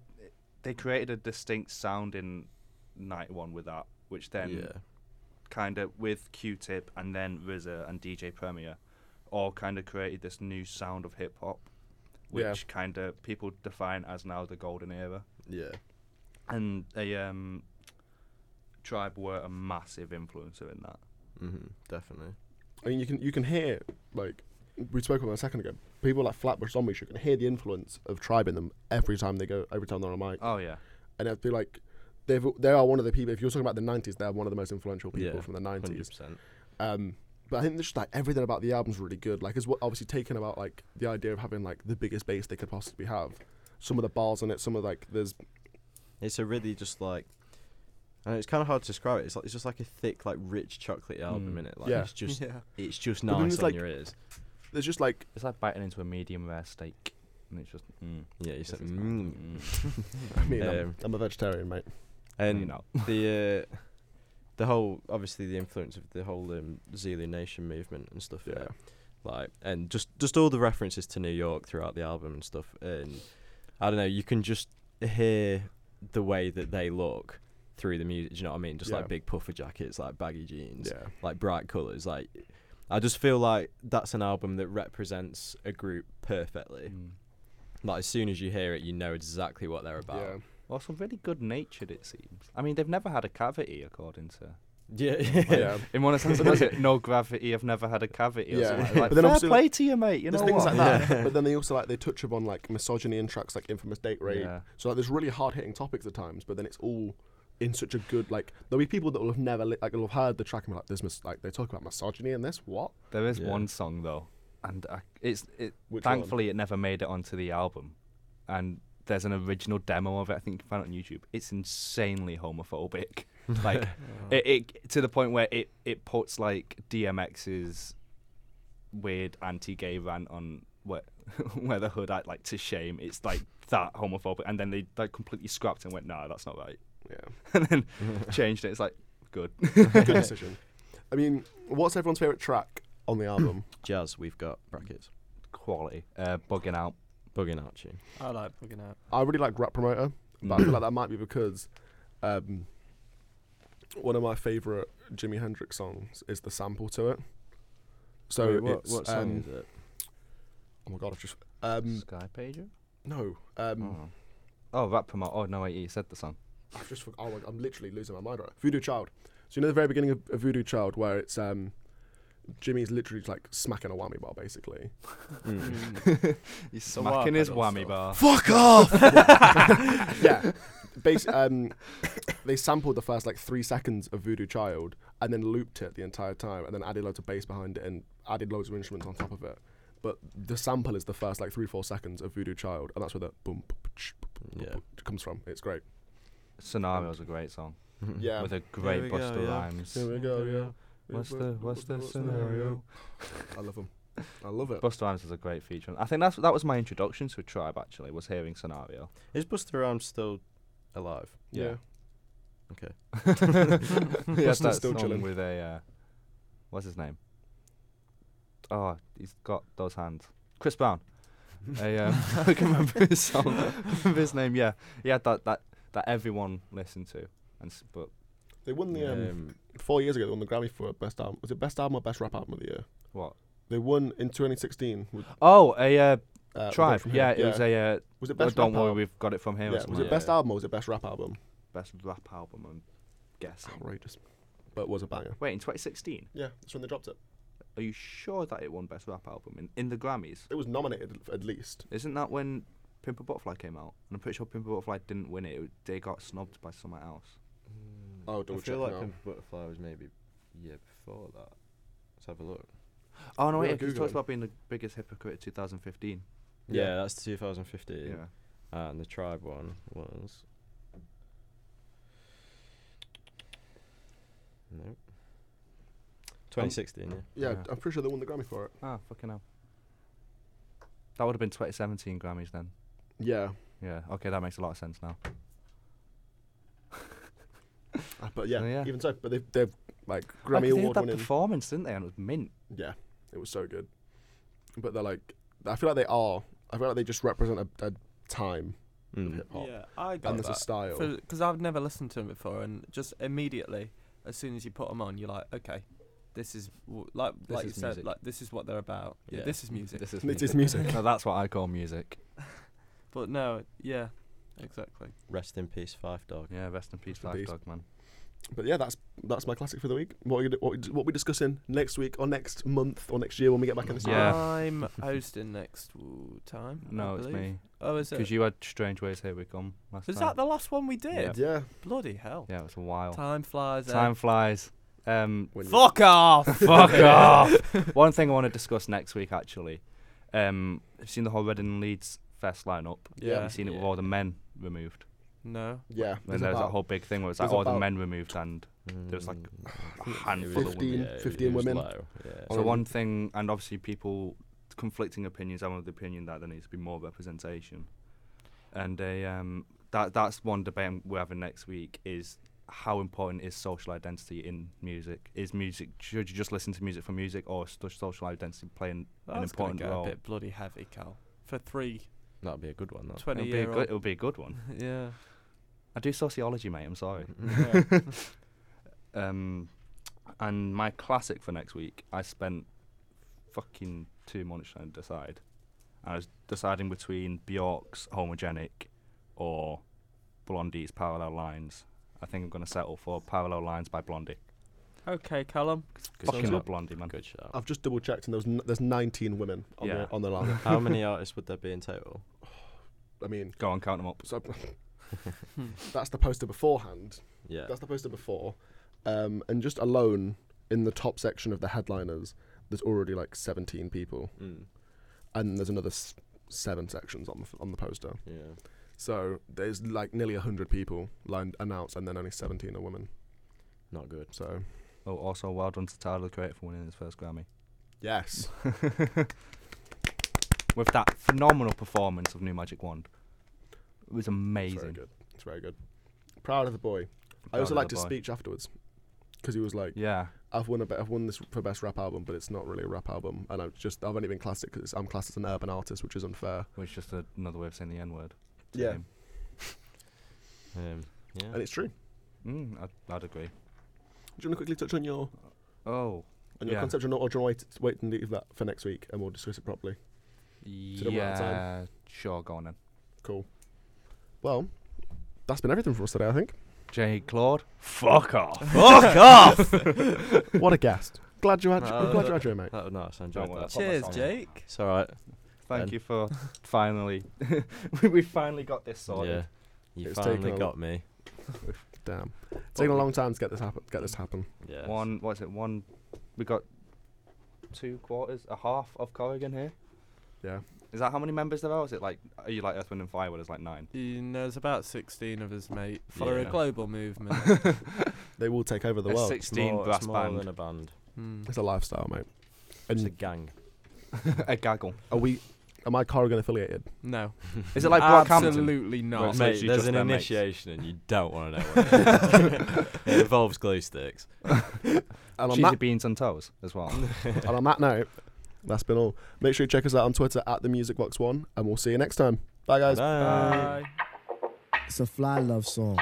E: they created a distinct sound in night one with that, which then
C: yeah.
E: kind of with Q-Tip and then RZA and DJ Premier, all kind of created this new sound of hip hop, which
B: Yeah.
E: kind of people define as now the golden era.
C: Yeah.
E: And they um, Tribe were a massive influencer in that.
C: Mhm. Definitely.
B: I mean, you can you can hear like we spoke about a second ago. People like Flatbush Zombies, you can hear the influence of Tribe in them every time they go, every time they're on a mic.
E: Oh yeah,
B: and I feel like they've they are one of the people. If you're talking about the '90s, they're one of the most influential people
C: Yeah,
B: from the '90s.
C: 100%.
B: Um, but I think just like everything about the album's really good. Like, it's what obviously taken about like the idea of having like the biggest bass they could possibly have. Some of the bars on it, some of like there's
C: It's a really just like, I know it's kind of hard to describe it. It's like it's just like a thick, like rich chocolate album
E: Mm.
C: in it. Like
B: Yeah.
C: it's just
F: yeah.
C: it's just
B: But then
C: nice
B: there's
C: on
B: like-
C: your ears.
B: there's just like
E: it's like biting into a medium rare steak, and it's just mm,
C: Yeah, you said.
E: This is
C: Mm.
B: I mean I'm,
C: Um,
B: I'm a vegetarian, mate.
E: and
C: And
E: you know.
C: the uh, the whole obviously the influence of the whole um, Zulu Nation movement and stuff. Yeah.
B: Yeah.
C: Like and just just all the references to New York throughout the album and stuff. And I don't know, you can just hear the way that they look through the music. Do you know what I mean? Just
B: Yeah.
C: like big puffer jackets, like baggy jeans,
B: Yeah,
C: like bright colors. Like I just feel like that's an album that represents a group perfectly.
E: Mm.
C: Like as soon as you hear it, you know exactly what they're
B: yeah.
C: about.
E: Also, really good natured, it seems. I mean, they've never had a cavity, according to.
C: Yeah.
B: yeah.
E: In one sense, that's it. No gravity. I've never had a cavity. Or
B: Yeah.
E: something.
B: But
E: Like,
B: then
E: fair
B: obviously,
E: play to you, mate. You know
B: there's things
E: what?
B: like that,
C: Yeah.
B: but then they also like they touch upon like misogyny in tracks like "Infamous Date Rape,"
E: Yeah.
B: So like, there's really hard hitting topics at times, but then it's all in such a good like. There'll be people that will have never li- like will have heard the track and be like, "This mis- like they talk about misogyny in this what?"
E: There is
C: Yeah.
E: one song though, and I, it's it.
B: Which one?
E: thankfully, it never made it onto the album, and there's an original demo of it. I think you can find it on YouTube. It's insanely homophobic, like
B: Oh.
E: it, it to the point where it it puts like DMX's weird anti-gay rant on where where the hood act like to shame. It's like that homophobic, and then they like completely scrapped and went, nah, that's not right,
B: Yeah,
E: and then changed it. It's like good.
B: good decision. I mean, what's everyone's favorite track on the album?
C: Jazz, we've got brackets.
E: quality. Uh, bugging out.
C: Bugging Archie.
D: I like bugging out.
B: I really like Rap Promoter, but I feel like that might be because um, one of my favorite Jimi Hendrix songs is the sample to it. So
C: Wait, what,
B: it's,
C: what song
B: um,
C: is it?
B: Oh my god, I've just um,
E: Sky Pager?
B: no. Um,
E: Oh. oh, rap promo. Oh, no, wait, you said the song.
B: I've just forg- oh my, I'm literally losing my mind right. now. Voodoo Child. So you know the very beginning of, of Voodoo Child where it's um, Jimmy's literally like smacking a whammy bar basically.
C: Mm.
D: Mm.
E: He's
D: wah
E: smacking his
D: pedal
E: whammy
D: stuff.
E: bar.
B: Fuck off. yeah. Bas- um, they sampled the first like three seconds of Voodoo Child and then looped it the entire time and then added loads of bass behind it and added loads of instruments on top of it. But the sample is the first like three four seconds of Voodoo Child and that's where the boom, boom, ch- boom,
C: Yeah.
B: comes from. It's great.
E: Scenario's a great song.
B: Yeah.
E: with a
D: Here
E: great
D: we go,
E: Buster
D: yeah.
E: Rhymes.
B: Here we go. Yeah.
E: What's the what's the scenario?
B: I love them. I love it.
E: Buster Rhymes is a great feature. and I think that's that was my introduction to a tribe. Actually, was hearing scenario.
C: Is Buster Rhymes still alive?
B: yeah.
C: Okay.
E: yeah, that
B: Buster's
E: song
B: still chilling.
E: with a uh, what's his name? Oh, he's got those hands. Chris Brown. a, um, I can remember his song. I can remember his name. Yeah, he had that that that everyone listened to, and s- but
B: They won the um,
C: Um,
B: four years ago. They won the Grammy for best album. Was it best album or best rap album of the year?
E: what?
B: They won in 2016. With,
E: Oh, a uh,
B: uh, with
E: tribe.
B: It From Here.
E: Yeah, it was a. Uh,
B: Was it
E: oh,
B: best?
E: don't
B: rap
E: worry,
B: album?
E: we've got it from here. or
B: Yeah. Was
E: something
B: it
E: like
B: best
E: that.
B: album or was it best rap album?
E: best rap album? I'm guessing.
B: Outrageous, but it was a banger.
E: Wait, in 2016,
B: Yeah, that's when they dropped it.
E: are you sure that it won best rap album in, in the Grammys?
B: It was nominated at least.
E: Isn't that when Pimp a Butterfly came out? And I'm pretty sure Pimp a Butterfly didn't win it. it was- they got snubbed by someone else.
B: Oh, double
C: I feel
B: check
C: like
B: now.
C: Pimp a Butterfly was maybe year before that. Let's have a look.
E: Oh no,
B: Yeah,
E: wait, because it
B: Googling.
E: talks about being the biggest hypocrite of 2015.
B: Yeah.
C: Yeah, that's 2015.
E: Yeah.
C: And Uh, the tribe one was. No. 2016, yeah.
B: Yeah,
E: Yeah.
B: I'm pretty sure they won the Grammy for it.
E: Ah, fucking hell. That would have been 2017 Grammys then.
B: Yeah,
E: Yeah. Okay, that makes a lot of sense now.
B: Uh, but yeah,
E: So, yeah.
B: even so, but they've, they've like
E: Ah, 'cause
B: Grammy
E: they had
B: award
E: that
B: winning.
E: performance, didn't they? And it was mint.
B: yeah, it was so good. But they're like, I feel like they are. I feel like they just represent a, a time of
E: Mm.
B: hip hop
D: Yeah, I got
B: and there's a
D: that.
B: style.
F: Because I've never listened to them before, and just immediately, as soon as you put them on, you're like, okay, this is w- like
E: This
F: like
E: is
F: you said,
E: music.
F: like this is what they're about. Yeah,
C: Yeah.
F: this is music.
E: This is
B: It is music.
E: No, that's what I call music.
D: But no, yeah, exactly.
C: Rest in peace, Five Dog.
E: Yeah, rest in
B: Rest
E: peace,
B: in
E: Five
B: peace.
E: Dog Man.
B: But yeah, that's that's my classic for the week. What we what, we- what we discussing next week or next month or next year when we get back in the studio?
E: Yeah.
D: I'm hosting next w- time. I
E: No, it's
D: believe.
E: me.
D: Oh, is it?
E: Because you had Strange Ways Here We Come last
D: Was
E: time.
D: that the last one we did?
E: Yeah.
B: Yeah.
D: Bloody hell!
E: Yeah, it was a while.
D: Time flies. eh?
E: Time flies. Um,
B: When you-
D: Fuck off!
E: fuck off. One thing I want to discuss next week, actually. Um, I've seen the whole Reading and Leeds Fest lineup.
B: Yeah.
E: I've seen it with
C: Yeah.
E: all the men removed.
D: No.
B: Yeah.
E: And there's that whole big thing where it's like
B: there's
E: all the
B: about-
E: men removed and was like a handful
B: 15
E: of women.
C: Mm. it- it
B: 15
C: was
B: women.
C: low, yeah.
E: So
B: on-
E: one thing, and obviously people conflicting opinions. I'm of the opinion that there needs to be more representation, and a um, that that's one debate I'm- we're having next week is how important is social identity in music? Is music should you just listen to music for music, or is does social identity play an, an
D: That's gonna
E: important
D: get
E: role?
D: a bit bloody heavy, Cal. For three
C: That'd be a good one, that.
D: 20
E: it'll be a
D: year
E: good.
D: old.
E: It'll be a good one.
D: Yeah.
E: I do sociology, mate. I'm sorry.
C: Mm.
E: um, and my classic for next week, I spent fucking two months trying to decide. I was deciding between Bjork's Homogenic or Blondie's Parallel Lines. I think I'm going to settle for Parallel Lines by Blondie.
D: Okay, Callum.
C: Good
E: Fucking
C: shout.
E: love Blondie, man.
C: Good shout.
B: I've just double checked and there's n- there's 19 women on
E: Yeah.
B: the on the line.
C: How many artists would there be in total?
B: I mean,
E: Go on, count them up.
B: so
E: Hmm.
B: that's the poster beforehand.
C: Yeah.
B: That's the poster before, um, and just alone in the top section of the headliners, there's already like 17 people,
C: Mm.
B: and there's another s- seven sections on the f- on the poster.
C: Yeah.
B: So there's like nearly 100 people lined announced, and then only 17 are women.
C: Not good.
B: So
E: Oh, also, well done to Tyler the Creator for winning his first Grammy.
B: yes,
E: With that phenomenal performance of New Magic Wand. It was
B: it's very
E: amazing.
B: good. It's very good. Proud of the boy. I
E: Proud
B: also
E: of
B: liked
E: the
B: his
E: boy.
B: speech afterwards because he was like,
E: Yeah.
B: "I've won a bit. I've won this for best rap album, but it's not really a rap album, and I've just I've only been classed because I'm classed as an urban artist, which is unfair."
E: Which is just a- another way of saying the N word.
B: Yeah.
C: Um, yeah.
B: And it's true.
E: Mm, I'd, I'd agree.
B: Do you want to quickly touch on your
E: Oh,
B: on your
E: Yeah.
B: conceptual note, or do you want to wait, wait and leave that for next week and we'll discuss it properly? the right time.
E: yeah. Sure, go on then.
B: Cool. Well, that's been everything for us today. I think.
E: J. Claude, fuck off.
C: Fuck off!
B: what a guest. Glad you had.
C: Uh,
B: glad you had, you, mate.
C: That was nice. I
E: Don't
C: enjoyed
E: worry,
C: that.
E: that's what my
D: Cheers,
E: song is.
D: Jake.
C: It's alright.
E: Thank
C: Ben.
E: you for finally. we, we finally got this
C: Yeah.
E: sorted.
C: You
B: It's taken
C: finally
B: a-
C: got me.
B: Damn. It's taken a long time to get this happen. Get this happen.
C: Yeah.
E: One, what's it? One, we got two quarters, a half of Corrigan here.
B: Yeah.
E: Is that how many members there are? Is it like are you like Earth, Wind and Fire? Where there's like nine.
F: And there's about 16 of us, mate, for
C: Yeah.
F: a global movement.
B: They will take over the
E: A
B: world.
E: six- 16
C: more,
E: brass
C: it's more
E: band.
C: than a band.
F: Mm.
B: It's a lifestyle, mate.
C: It's a
B: And
C: gang.
E: a gaggle.
B: are we? Am I Corrigan affiliated?
F: No,
E: Is
C: Mm.
E: it like Brockhampton?
F: absolutely
E: Where
F: not.
E: it's
C: Mate,
E: literally
C: there's
E: just
C: an
E: their mates.
C: initiation and you don't want to know what it is. It involves glue sticks.
B: And on,
E: Cheesy
B: that,
E: beans on toes as well.
B: and on that note, that's been all. Make sure you check us out on Twitter at the Music Box One, and we'll see you next time. Bye, guys.
F: Bye.
G: It's a fly love song.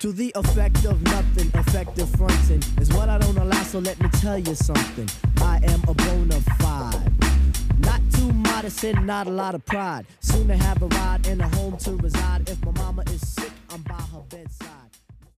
G: To the effect of nothing, effective fronting is what I don't allow, so let me tell you something. I am a bona fide. Not too modest and not a lot of pride. Soon to have a ride and a home to reside. If my mama is sick, I'm by her bedside.